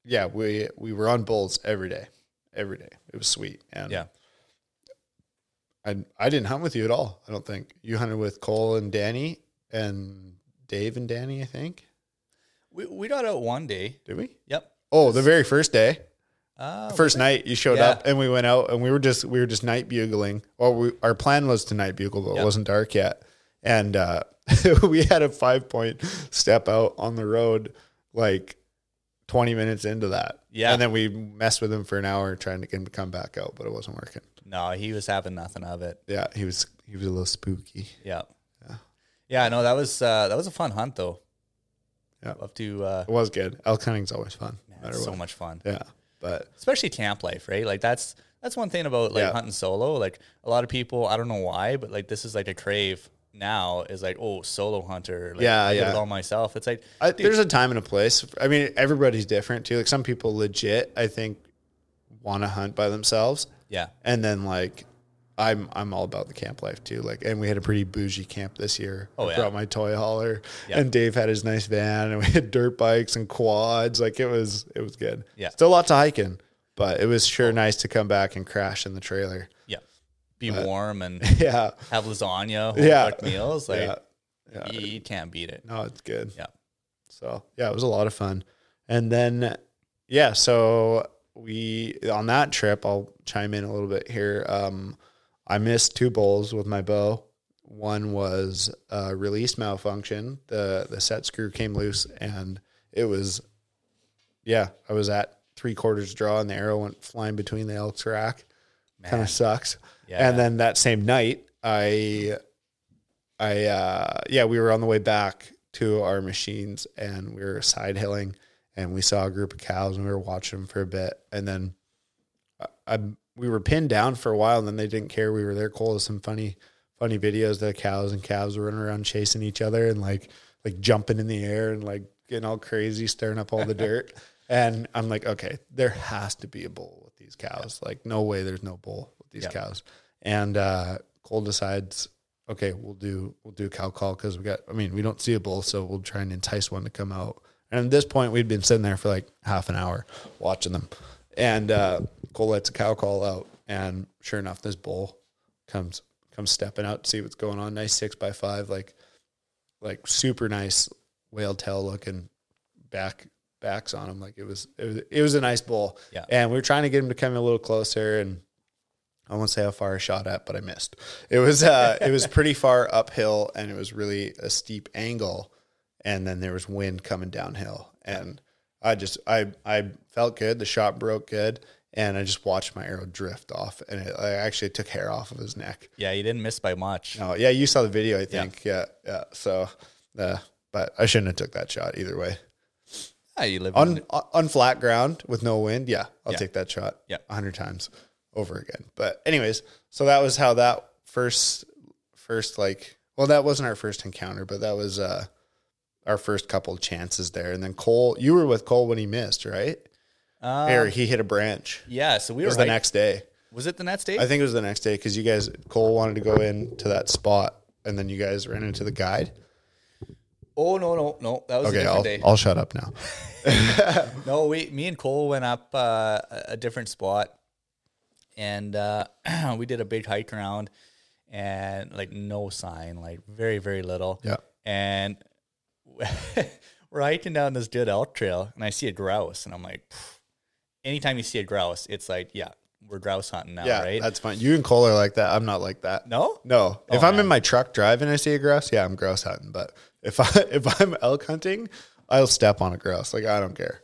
Speaker 2: yeah, we we were on bowls every day, every day. It was sweet, and
Speaker 3: Yeah.
Speaker 2: I I didn't hunt with you at all. I don't think you hunted with Cole and Danny and Dave and Danny. I think
Speaker 3: We, we got out one day.
Speaker 2: did we?
Speaker 3: Yep.
Speaker 2: Oh, the very first day,
Speaker 3: Uh,
Speaker 2: first night you showed
Speaker 3: Yeah.
Speaker 2: up, and we went out, and we were just we were just night bugling. Well, we, our plan was to night bugle, but
Speaker 3: Yeah.
Speaker 2: it wasn't dark yet, and uh, we had a five point step out on the road, like twenty minutes into that.
Speaker 3: Yeah.
Speaker 2: and then we messed with him for an hour trying to get him to come back out, but it wasn't working.
Speaker 3: no, he was having nothing of it.
Speaker 2: Yeah, he was he was a little spooky.
Speaker 3: Yeah. Yeah, no, that was uh, that was a fun hunt though.
Speaker 2: Yeah.
Speaker 3: Love to uh,
Speaker 2: It was good. Elk hunting's always fun, no matter
Speaker 3: so
Speaker 2: what.
Speaker 3: much fun.
Speaker 2: Yeah, but
Speaker 3: Especially camp life, right? Like that's that's one thing about like
Speaker 2: Yeah.
Speaker 3: hunting solo. Like a lot of people, I don't know why, but like this is like a crave now is like, oh, solo hunter. Like,
Speaker 2: Yeah,
Speaker 3: I did
Speaker 2: yeah.
Speaker 3: it all myself. It's like
Speaker 2: I, there's a time and a place. I mean, everybody's different too. Like some people legit, I think, want to hunt by themselves,
Speaker 3: yeah.
Speaker 2: and then like, I'm I'm all about the camp life too. Like, and we had a pretty bougie camp this year.
Speaker 3: Oh,
Speaker 2: I
Speaker 3: yeah.
Speaker 2: brought my toy hauler,
Speaker 3: Yeah.
Speaker 2: and Dave had his nice van, and we had dirt bikes and quads. Like it was it was good.
Speaker 3: Yeah.
Speaker 2: still lots of hiking, but it was sure nice to come back and crash in the trailer.
Speaker 3: Yeah. Be warm and
Speaker 2: Yeah,
Speaker 3: have lasagna,
Speaker 2: Uh, Yeah.
Speaker 3: yeah. meals. Like
Speaker 2: yeah.
Speaker 3: you, you can't beat it.
Speaker 2: No, it's good.
Speaker 3: Yeah.
Speaker 2: So yeah, it was a lot of fun. And then yeah, so we on that trip, I'll chime in a little bit here. Um, I missed two bowls with my bow. One was a release malfunction. The the set screw came loose and it was yeah, I was at three quarters draw and the arrow went flying between the elk's rack. Kind
Speaker 3: Man.
Speaker 2: of sucks.
Speaker 3: Yeah.
Speaker 2: And then that same night, I, I, uh, yeah, we were on the way back to our machines and we were side hilling and we saw a group of cows and we were watching them for a bit. And then I, I, we were pinned down for a while and then they didn't care. We were there. Cole has some funny, funny videos of the cows and calves were running around chasing each other and like, like jumping in the air and like getting all crazy, stirring up all the dirt. And I'm like, okay, there has to be a bull with these cows. Like, no way there's no bull with these
Speaker 3: Yeah.
Speaker 2: cows. And uh, Cole decides, okay, we'll do we'll do cow call because we got. I mean, we don't see a bull, so we'll try and entice one to come out. And at this point, we'd been sitting there for like half an hour watching them. And uh, Cole lets a cow call out, and sure enough, this bull comes comes stepping out to see what's going on. Nice six by five, like like super nice whale tail looking back backs on him. Like it was it was it was a nice bull.
Speaker 3: Yeah.
Speaker 2: And we were trying to get him to come a little closer and I won't say how far I shot at, but I missed. It was uh it was pretty far uphill and it was really a steep angle and then there was wind coming downhill and I just I I felt good. The shot broke good and I just watched my arrow drift off and it I actually took hair off of his neck.
Speaker 3: Yeah, you didn't miss by much.
Speaker 2: No, yeah, you saw the video, I think. Yeah, yeah. So, uh, but I shouldn't have took that shot either way.
Speaker 3: Yeah, you live in
Speaker 2: On on- on flat ground with no wind, yeah, I'll
Speaker 3: Yeah.
Speaker 2: take that shot.
Speaker 3: Yeah.
Speaker 2: a hundred times over again. But anyways, so that was how that first first like well, that wasn't our first encounter, but that was uh our first couple chances there. And then Cole, you were with Cole when he missed, right?
Speaker 3: Um,
Speaker 2: Or he hit a branch.
Speaker 3: Yeah, so we
Speaker 2: It
Speaker 3: were
Speaker 2: was
Speaker 3: the
Speaker 2: the next day.
Speaker 3: Was it the next day?
Speaker 2: I think it was the next day because you guys Cole wanted to go in to that spot, and then you guys ran into the guide.
Speaker 3: oh no, no, no, that was a
Speaker 2: Okay,
Speaker 3: different
Speaker 2: I'll,
Speaker 3: day.
Speaker 2: I'll shut up now.
Speaker 3: no, we, me and Cole went up uh, a- a different spot, and uh, we did a big hike around, and like no sign, like very, very little.
Speaker 2: Yeah.
Speaker 3: And we're hiking down this good elk trail, and I see a grouse, and I'm like, "Pff." anytime you see a grouse, it's like, yeah, we're grouse hunting now,
Speaker 2: Yeah,
Speaker 3: right?
Speaker 2: that's fine. You and Cole are like that. I'm not like that.
Speaker 3: no, Oh,
Speaker 2: No. if I'm
Speaker 3: man.
Speaker 2: in my truck driving, I see a grouse. Yeah, I'm grouse hunting. But if I if I'm elk hunting, I'll step on a grouse. Like I don't care.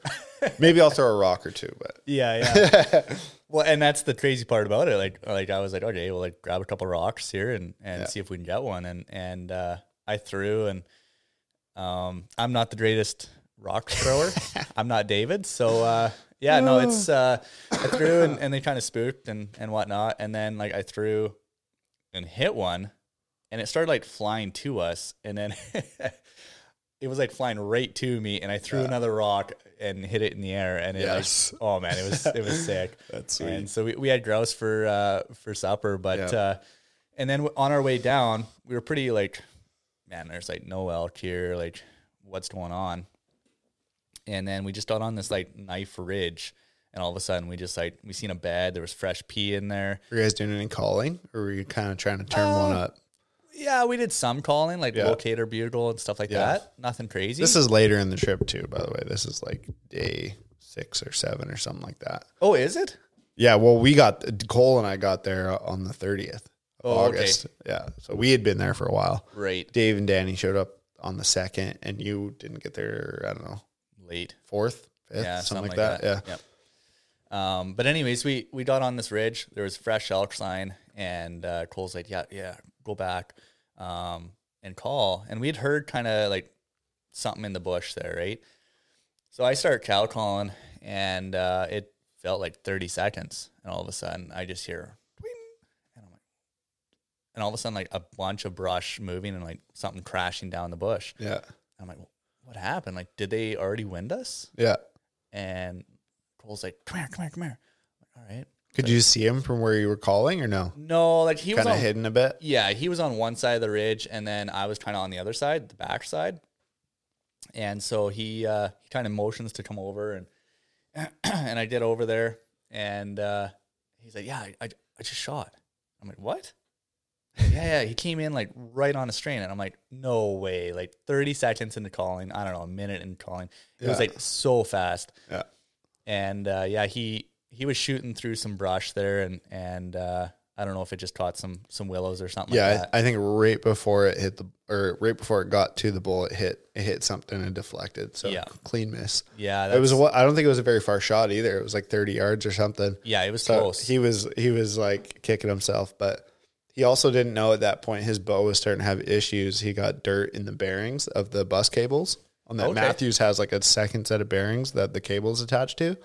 Speaker 2: Maybe I'll throw a rock or two. But
Speaker 3: Yeah, yeah. well, and that's the crazy part about it. Like, like I was like, okay, well, like grab a couple rocks here and and see if we can get one. And and uh, I threw, and um, I'm not the greatest rock thrower. I'm not David, so uh, yeah, no, it's uh, I threw and, and they kind of spooked and and whatnot. And then like I threw and hit one, and it started like flying to us, and then. It was like flying right to me, and I threw another rock and hit it in the air, and it like
Speaker 2: Yes.
Speaker 3: Oh man, it was it was sick.
Speaker 2: That's
Speaker 3: And so we, we had grouse for uh, for supper, but
Speaker 2: Yeah.
Speaker 3: uh, and then on our way down, we were pretty like, man, there's like no elk here. Like, what's going on? and then we just got on this like knife ridge, and all of a sudden we just like we seen a bed. There was fresh pee in there.
Speaker 2: Were you guys doing any calling, or were you kind of trying to turn
Speaker 3: Uh,
Speaker 2: one up?
Speaker 3: Yeah, we did some calling like
Speaker 2: Yeah.
Speaker 3: locator bugle and stuff like
Speaker 2: Yeah.
Speaker 3: that. Nothing crazy.
Speaker 2: This is later in the trip too, by the way. This is like day six or seven or something like that.
Speaker 3: oh, is it?
Speaker 2: Yeah, well, we got Cole and I got there on the thirtieth of
Speaker 3: Oh, okay.
Speaker 2: August. Yeah, so we had been there for a while.
Speaker 3: Right,
Speaker 2: Dave and Danny showed up on the second, and you didn't get there. I don't know,
Speaker 3: late.
Speaker 2: fourth, fifth,
Speaker 3: yeah,
Speaker 2: something, like that. Yeah,
Speaker 3: Yep. Um, but anyways, we we got on this ridge. There was fresh elk sign, and uh, Cole's like, "Yeah, yeah, go back um, and call." And we'd heard kind of like something in the bush there, right? So I start cow calling, and uh, it felt like thirty seconds, and all of a sudden I just hear, "Twing," and I'm like, and all of a sudden like a bunch of brush moving and like something crashing down the bush.
Speaker 2: yeah,
Speaker 3: I'm like, "What happened? Like, did they already wind us?"
Speaker 2: yeah.
Speaker 3: And Cole's like, come here, come here, come here. I'm like, All right.
Speaker 2: Could you see him from where you were calling, or no?
Speaker 3: No, like he was
Speaker 2: Kind of
Speaker 3: on,
Speaker 2: hidden a bit.
Speaker 3: yeah, he was on one side of the ridge, and then I was kind of on the other side, the back side. And so he uh, he kind of motions to come over, and and I did over there, and uh, he's like, "Yeah, I, I, I just shot." I'm like, "What?" yeah, yeah. He came in like right on a strain, and I'm like, "No way!" Like 30 seconds into calling, I don't know, a minute in calling. It was
Speaker 2: Yeah.
Speaker 3: like so fast.
Speaker 2: Yeah.
Speaker 3: And uh, yeah, he he was shooting through some brush there, and and uh, I don't know if it just caught some some willows or something. like
Speaker 2: Yeah,
Speaker 3: that.
Speaker 2: I, I think right before it hit the, or right before it got to the bull, it hit it hit something and deflected. So
Speaker 3: Yeah.
Speaker 2: clean miss.
Speaker 3: yeah.
Speaker 2: It was.
Speaker 3: that's-
Speaker 2: a wa- I don't think it was a very far shot either. It was like thirty yards or something.
Speaker 3: yeah, it was
Speaker 2: So
Speaker 3: close.
Speaker 2: he was he was like kicking himself, but he also didn't know at that point his bow was starting to have issues. He got dirt in the bearings of the bus cables on that.
Speaker 3: Okay.
Speaker 2: Matthews has like a second set of bearings that the cable's attached to,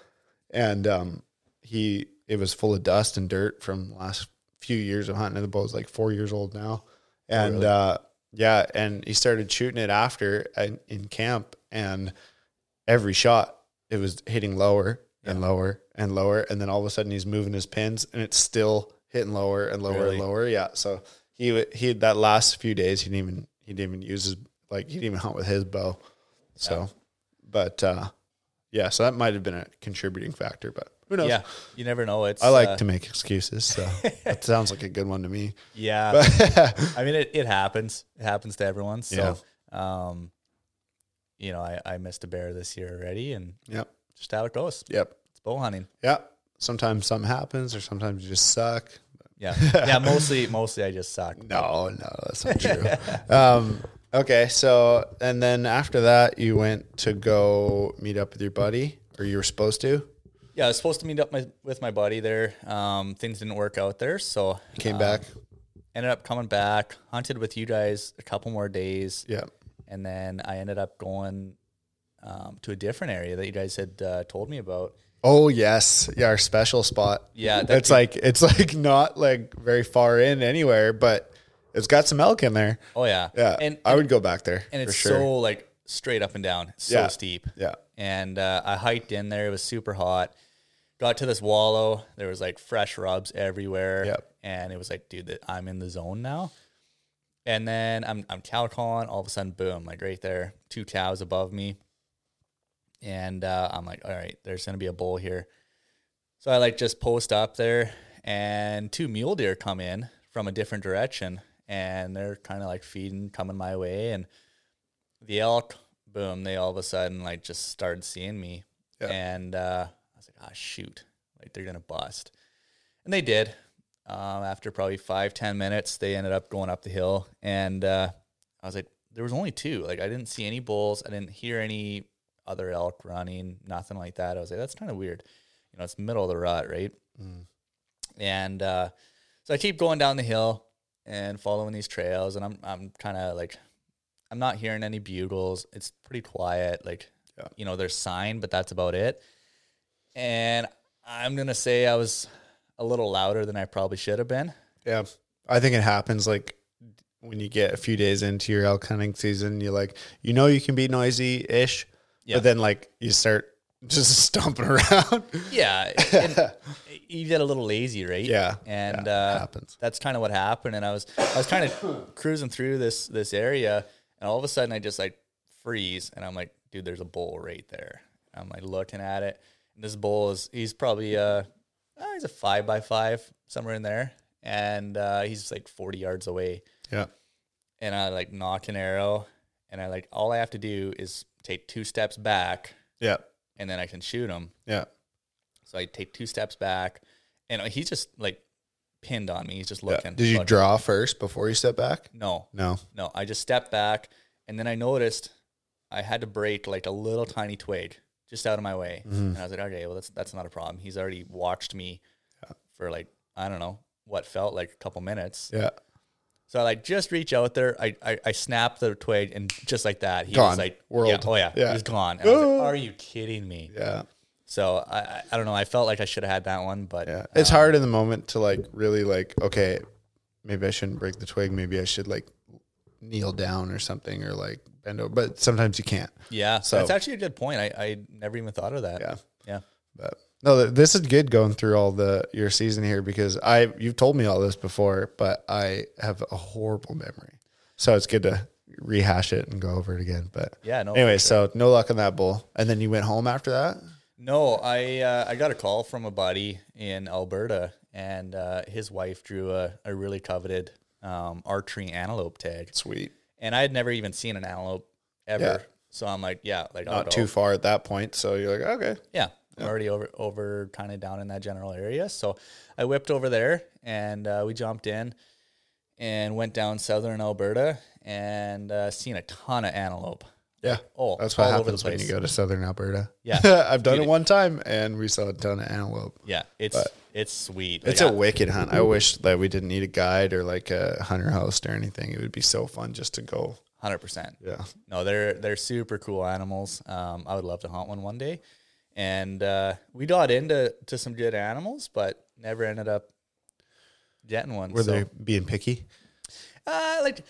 Speaker 2: and um, he it was full of dust and dirt from the last few years of hunting. And the bow's like four years old now, and uh, yeah, and he started shooting it after in, in camp, and every shot it was hitting lower and lower and lower and then all of a sudden he's moving his pins and it's still hitting lower and lower
Speaker 3: Really?
Speaker 2: and lower yeah so he wa- he that last few days he didn't even he didn't even use his like he didn't even hunt with his bow so but uh yeah so that might have been a contributing factor but who knows
Speaker 3: yeah, you never know. It's
Speaker 2: i like
Speaker 3: uh,
Speaker 2: to make excuses so that sounds like a good one to me
Speaker 3: yeah. I mean, it, it happens. It happens to everyone. So, um, you know, I, I missed a bear this year already, and
Speaker 2: yep
Speaker 3: just how it goes.
Speaker 2: yep
Speaker 3: It's bow hunting.
Speaker 2: yep sometimes something happens or sometimes you just suck
Speaker 3: Yeah, yeah. Mostly, mostly I just suck.
Speaker 2: No, no, that's not true. um, okay, so and then after that, you went to go meet up with your buddy, or you were supposed to.
Speaker 3: Yeah, I was supposed to meet up my, with my buddy there. Um, things didn't work out there, so
Speaker 2: Came back.
Speaker 3: ended up coming back. Hunted with you guys a couple more days,
Speaker 2: Yeah,
Speaker 3: and then I ended up going um, to a different area that you guys had uh, told me about.
Speaker 2: Oh yes, yeah, our special spot.
Speaker 3: Yeah, that
Speaker 2: it's like it's like not like very far in anywhere, but it's got some elk in there.
Speaker 3: Oh yeah,
Speaker 2: Yeah,
Speaker 3: and
Speaker 2: I would go back there.
Speaker 3: and
Speaker 2: for
Speaker 3: it's
Speaker 2: sure.
Speaker 3: so like straight up and down, It's so
Speaker 2: Yeah.
Speaker 3: steep.
Speaker 2: yeah,
Speaker 3: and uh, I hiked in there. It was super hot. Got to this wallow. There was like fresh rubs everywhere.
Speaker 2: Yep.
Speaker 3: And it was like, dude, that I'm in the zone now. And then I'm I'm cow calling. All of a sudden, boom! Like right there, two cows above me. And uh, I'm like, all right, there's gonna be a bull here. So I like just post up there, and two mule deer come in from a different direction, and they're kind of like feeding, coming my way, and the elk, boom, they all of a sudden like just started seeing me.
Speaker 2: Yeah.
Speaker 3: And uh, I was like, ah, shoot, like they're gonna bust. And they did. Um, after probably five, ten minutes, they ended up going up the hill. And uh, I was like, there was only two. Like I didn't see any bulls. I didn't hear any other elk running, nothing like that. I was like, that's kind of weird. You know, it's middle of the rut, right? And uh, so I keep going down the hill and following these trails, and I'm I'm kind of like I'm not hearing any bugles. It's pretty quiet. Like,
Speaker 2: Yeah.
Speaker 3: you know, there's sign, but that's about it. And I'm going to say I was a little louder than I probably should have been.
Speaker 2: yeah. I think it happens like when you get a few days into your elk hunting season. You like you know you can be noisy ish,
Speaker 3: Yeah.
Speaker 2: but then like you start just stomping around.
Speaker 3: Yeah. and you get a little lazy, right?
Speaker 2: Yeah.
Speaker 3: And
Speaker 2: Yeah,
Speaker 3: uh,
Speaker 2: happens.
Speaker 3: that's kind of what happened. And I was, I was kind of cruising through this, this area. And all of a sudden I just like freeze and I'm like, dude, there's a bull right there. I'm like looking at it. And this bowl is he's probably uh oh, he's a five by five somewhere in there, and uh, he's like 40 yards away.
Speaker 2: Yeah.
Speaker 3: And I like knock an arrow, and I like all I have to do is take two steps back,
Speaker 2: Yeah.
Speaker 3: and then I can shoot him.
Speaker 2: Yeah.
Speaker 3: So I take two steps back, and he's just like pinned on me. He's just
Speaker 2: Yeah.
Speaker 3: looking.
Speaker 2: Did you
Speaker 3: looking.
Speaker 2: draw first before you step back?
Speaker 3: No,
Speaker 2: No.
Speaker 3: no. I just stepped back, and then I noticed I had to break like a little tiny twig just out of my way,
Speaker 2: Mm-hmm.
Speaker 3: and I was like, okay, well that's that's not a problem. He's already watched me for like I don't know what felt like a couple minutes.
Speaker 2: Yeah.
Speaker 3: So I like just reach out there, I I, I snap the twig, and just like that, he
Speaker 2: Gone.
Speaker 3: was like,
Speaker 2: World.
Speaker 3: yeah, oh yeah,
Speaker 2: Yeah. Ah.
Speaker 3: he was gone. And I was like, are you kidding me?
Speaker 2: Yeah.
Speaker 3: So I I- I don't know. I felt like I should have had that one, but
Speaker 2: Yeah. It's hard in the moment to like really like, okay, maybe I shouldn't break the twig. Maybe I should like kneel down or something or like bend over. But sometimes you can't.
Speaker 3: yeah.
Speaker 2: So-
Speaker 3: So that's actually a good point. I I never even thought of that.
Speaker 2: Yeah.
Speaker 3: Yeah.
Speaker 2: But no, th- this is good going through all the your season here because I you've told me all this before, but I have a horrible memory. So it's good to rehash it and go over it again. But
Speaker 3: Yeah, no, for
Speaker 2: Anyway, so no luck on that bowl, and then you went home after that.
Speaker 3: No, I uh, I got a call from a buddy in Alberta, and uh, his wife drew a, a really coveted um, archery antelope tag,
Speaker 2: Sweet,
Speaker 3: and I had never even seen an antelope ever.
Speaker 2: Yeah.
Speaker 3: So I'm like, yeah, like I'll
Speaker 2: not
Speaker 3: go.
Speaker 2: too far at that point. So you're like, okay,
Speaker 3: Yeah, I'm already over over kind of down in that general area. So I whipped over there, and uh, we jumped in, and went down southern Alberta, and uh, seen a ton of antelope.
Speaker 2: yeah.
Speaker 3: Oh,
Speaker 2: That's what
Speaker 3: all over the
Speaker 2: happens when you
Speaker 3: place.
Speaker 2: go to southern Alberta.
Speaker 3: Yeah.
Speaker 2: I've done it one time, and we saw a ton of antelope.
Speaker 3: Yeah, it's it's sweet.
Speaker 2: It's
Speaker 3: Like,
Speaker 2: a wicked hunt. I wish that we didn't need a guide or like a hunter host or anything. It would be so fun just to go.
Speaker 3: hundred percent.
Speaker 2: Yeah,
Speaker 3: No, they're they're super cool animals. Um, I would love to hunt one one day. And uh, we got into to some good animals, but never ended up getting one.
Speaker 2: were
Speaker 3: so,
Speaker 2: they being picky
Speaker 3: Uh, like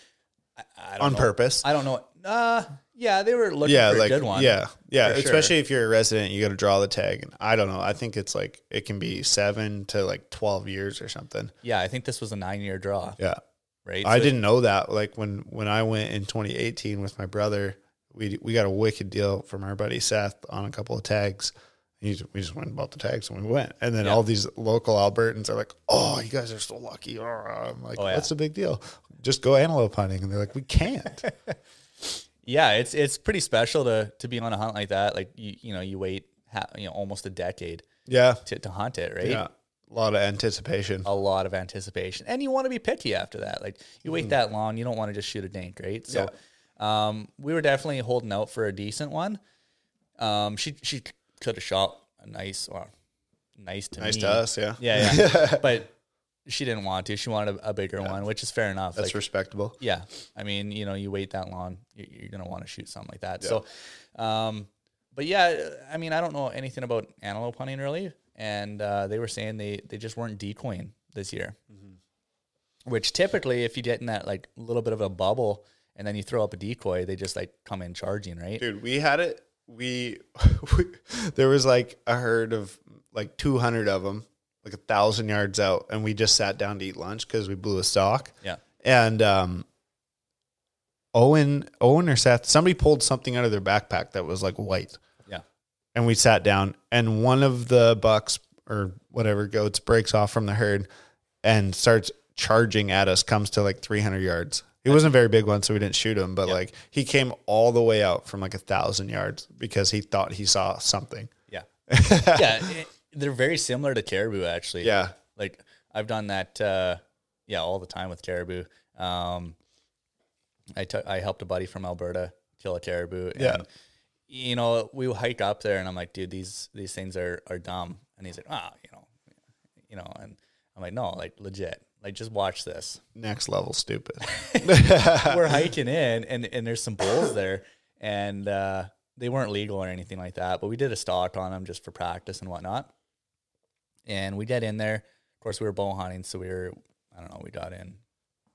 Speaker 3: I, I don't
Speaker 2: on
Speaker 3: know.
Speaker 2: purpose?
Speaker 3: I don't know. Uh, yeah, they were looking
Speaker 2: yeah,
Speaker 3: for
Speaker 2: like
Speaker 3: a good one.
Speaker 2: yeah, yeah.
Speaker 3: for sure.
Speaker 2: Especially if you're a resident, you got to draw the tag. And I don't know. I think it's like it can be seven to like twelve years or something.
Speaker 3: yeah. I think this was a nine year draw,
Speaker 2: Yeah,
Speaker 3: right?
Speaker 2: I
Speaker 3: So-
Speaker 2: didn't know that. Like when when I went in 2018 with my brother, we we got a wicked deal from our buddy Seth on a couple of tags. He just, we just went and bought the tags and we went. And then
Speaker 3: Yeah.
Speaker 2: all these local Albertans are like, "Oh, you guys are so lucky." Oh, I'm like,
Speaker 3: Oh, yeah.
Speaker 2: "What's the big deal? Just go antelope hunting." And they're like, "We can't."
Speaker 3: Yeah, it's it's pretty special to to be on a hunt like that. Like you you know you wait ha- you know almost a decade
Speaker 2: yeah,
Speaker 3: to, to hunt it, right?
Speaker 2: yeah. A lot of anticipation.
Speaker 3: a lot of anticipation and you want to be picky after that like you
Speaker 2: Mm.
Speaker 3: wait that long you don't want to just shoot a dink right so um, we were definitely holding out for a decent one um, she she could have shot a nice well, nice to
Speaker 2: Nice
Speaker 3: me.
Speaker 2: to us, yeah.
Speaker 3: yeah yeah but she didn't want to she wanted a, a bigger one which is fair enough
Speaker 2: That's
Speaker 3: like,
Speaker 2: respectable.
Speaker 3: yeah i mean you know you wait that long you're, you're gonna want to shoot something like that so um but yeah i mean i don't know anything about antelope hunting really and uh, they were saying they they just weren't decoying this year which typically if you get in that like little bit of a bubble and then you throw up a decoy they just like come in charging right
Speaker 2: dude we had it we, we there was like a herd of like 200 of them like a thousand yards out and we just sat down to eat lunch because we blew a stock
Speaker 3: yeah
Speaker 2: and um owen owen or seth somebody pulled something out of their backpack that was like white
Speaker 3: yeah
Speaker 2: and we sat down and one of the bucks or whatever goats breaks off from the herd and starts charging at us comes to like 300 yards he wasn't a very big one so we didn't shoot him but like he came all the way out from like a thousand yards because he thought he saw something
Speaker 3: yeah yeah it- they're very similar to caribou actually
Speaker 2: yeah
Speaker 3: like I've done that uh yeah all the time with caribou um I took I helped a buddy from Alberta kill a caribou and
Speaker 2: Yeah.
Speaker 3: you know we would hike up there and I'm like dude these these things are are dumb and he's like ah you know you know and I'm like no like legit like just watch this
Speaker 2: next level stupid
Speaker 3: we're hiking in and and there's some bulls there and uh they weren't legal or anything like that but we did a stalk on them just for practice and whatnot and we get in there of course we were bow hunting so we were i don't know we got in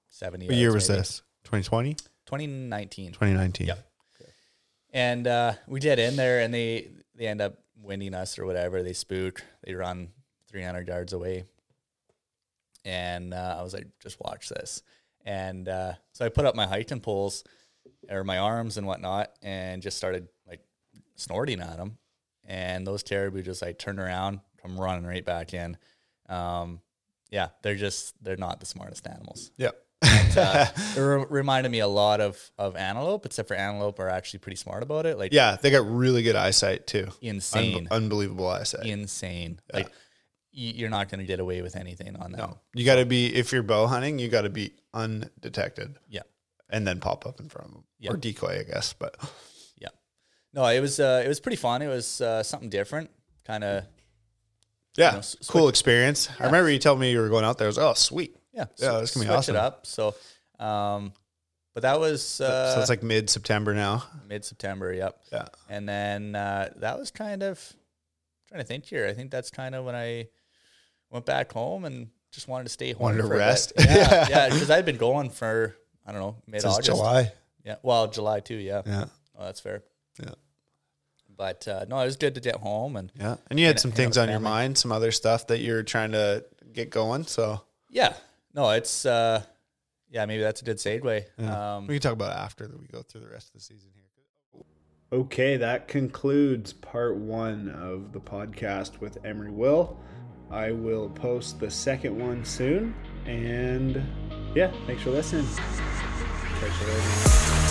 Speaker 3: 70
Speaker 2: what
Speaker 3: yards
Speaker 2: year was
Speaker 3: maybe.
Speaker 2: this 2020
Speaker 3: 2019
Speaker 2: 2019
Speaker 3: Yep. and uh we get in there and they they end up winding us or whatever they spook they run 300 yards away and uh, i was like just watch this and uh so i put up my hiking poles or my arms and whatnot and just started like snorting at them and those caribou just like turn around, come running right back in. Um, yeah, they're just they're not the smartest animals.
Speaker 2: Yep.
Speaker 3: Uh, it re- reminded me a lot of of antelope, except for antelope are actually pretty smart about it. Like
Speaker 2: Yeah, they got really good eyesight too.
Speaker 3: insane,
Speaker 2: Unbe- uh, unbelievable eyesight.
Speaker 3: insane. Like y- you're not going to get away with anything on that.
Speaker 2: You got to be if you're bow hunting, you got to be undetected
Speaker 3: Yeah,
Speaker 2: and then pop up in front of them
Speaker 3: Yeah.
Speaker 2: or decoy, I guess. But
Speaker 3: yeah. No, it was uh, it was pretty fun. It was uh, something different, kind of
Speaker 2: yeah,
Speaker 3: know, s-
Speaker 2: cool experience. I remember you telling me you were going out there. I was oh sweet.
Speaker 3: yeah.
Speaker 2: Yeah,
Speaker 3: sw-
Speaker 2: that's gonna be
Speaker 3: switch
Speaker 2: awesome.
Speaker 3: it up. So, um, but that was
Speaker 2: so
Speaker 3: uh,
Speaker 2: it's like mid September now.
Speaker 3: mid September. Yep.
Speaker 2: Yeah.
Speaker 3: And then uh, that was kind of trying to think here. I think that's kind of when I went back home and just wanted to stay home.
Speaker 2: Wanted to
Speaker 3: for a bit.
Speaker 2: rest.
Speaker 3: Yeah, yeah, because I'd been going for I don't know mid
Speaker 2: Since
Speaker 3: August.
Speaker 2: July.
Speaker 3: Yeah, well, July too. Yeah,
Speaker 2: Yeah.
Speaker 3: Oh, that's fair.
Speaker 2: Yeah.
Speaker 3: But uh, no, it was good to get home and
Speaker 2: Yeah. And you had
Speaker 3: Hang-
Speaker 2: some
Speaker 3: hang out
Speaker 2: things
Speaker 3: with
Speaker 2: on your
Speaker 3: family.
Speaker 2: mind, some other stuff that you're trying to get going. So
Speaker 3: yeah, no, it's uh, yeah, maybe that's a good segue. Um,
Speaker 2: we can talk about it after that we go through the rest of the season here.
Speaker 1: Okay, that concludes part one of the podcast with Emery Will. I will post the second one soon. And yeah, thanks for listening. Catch you later.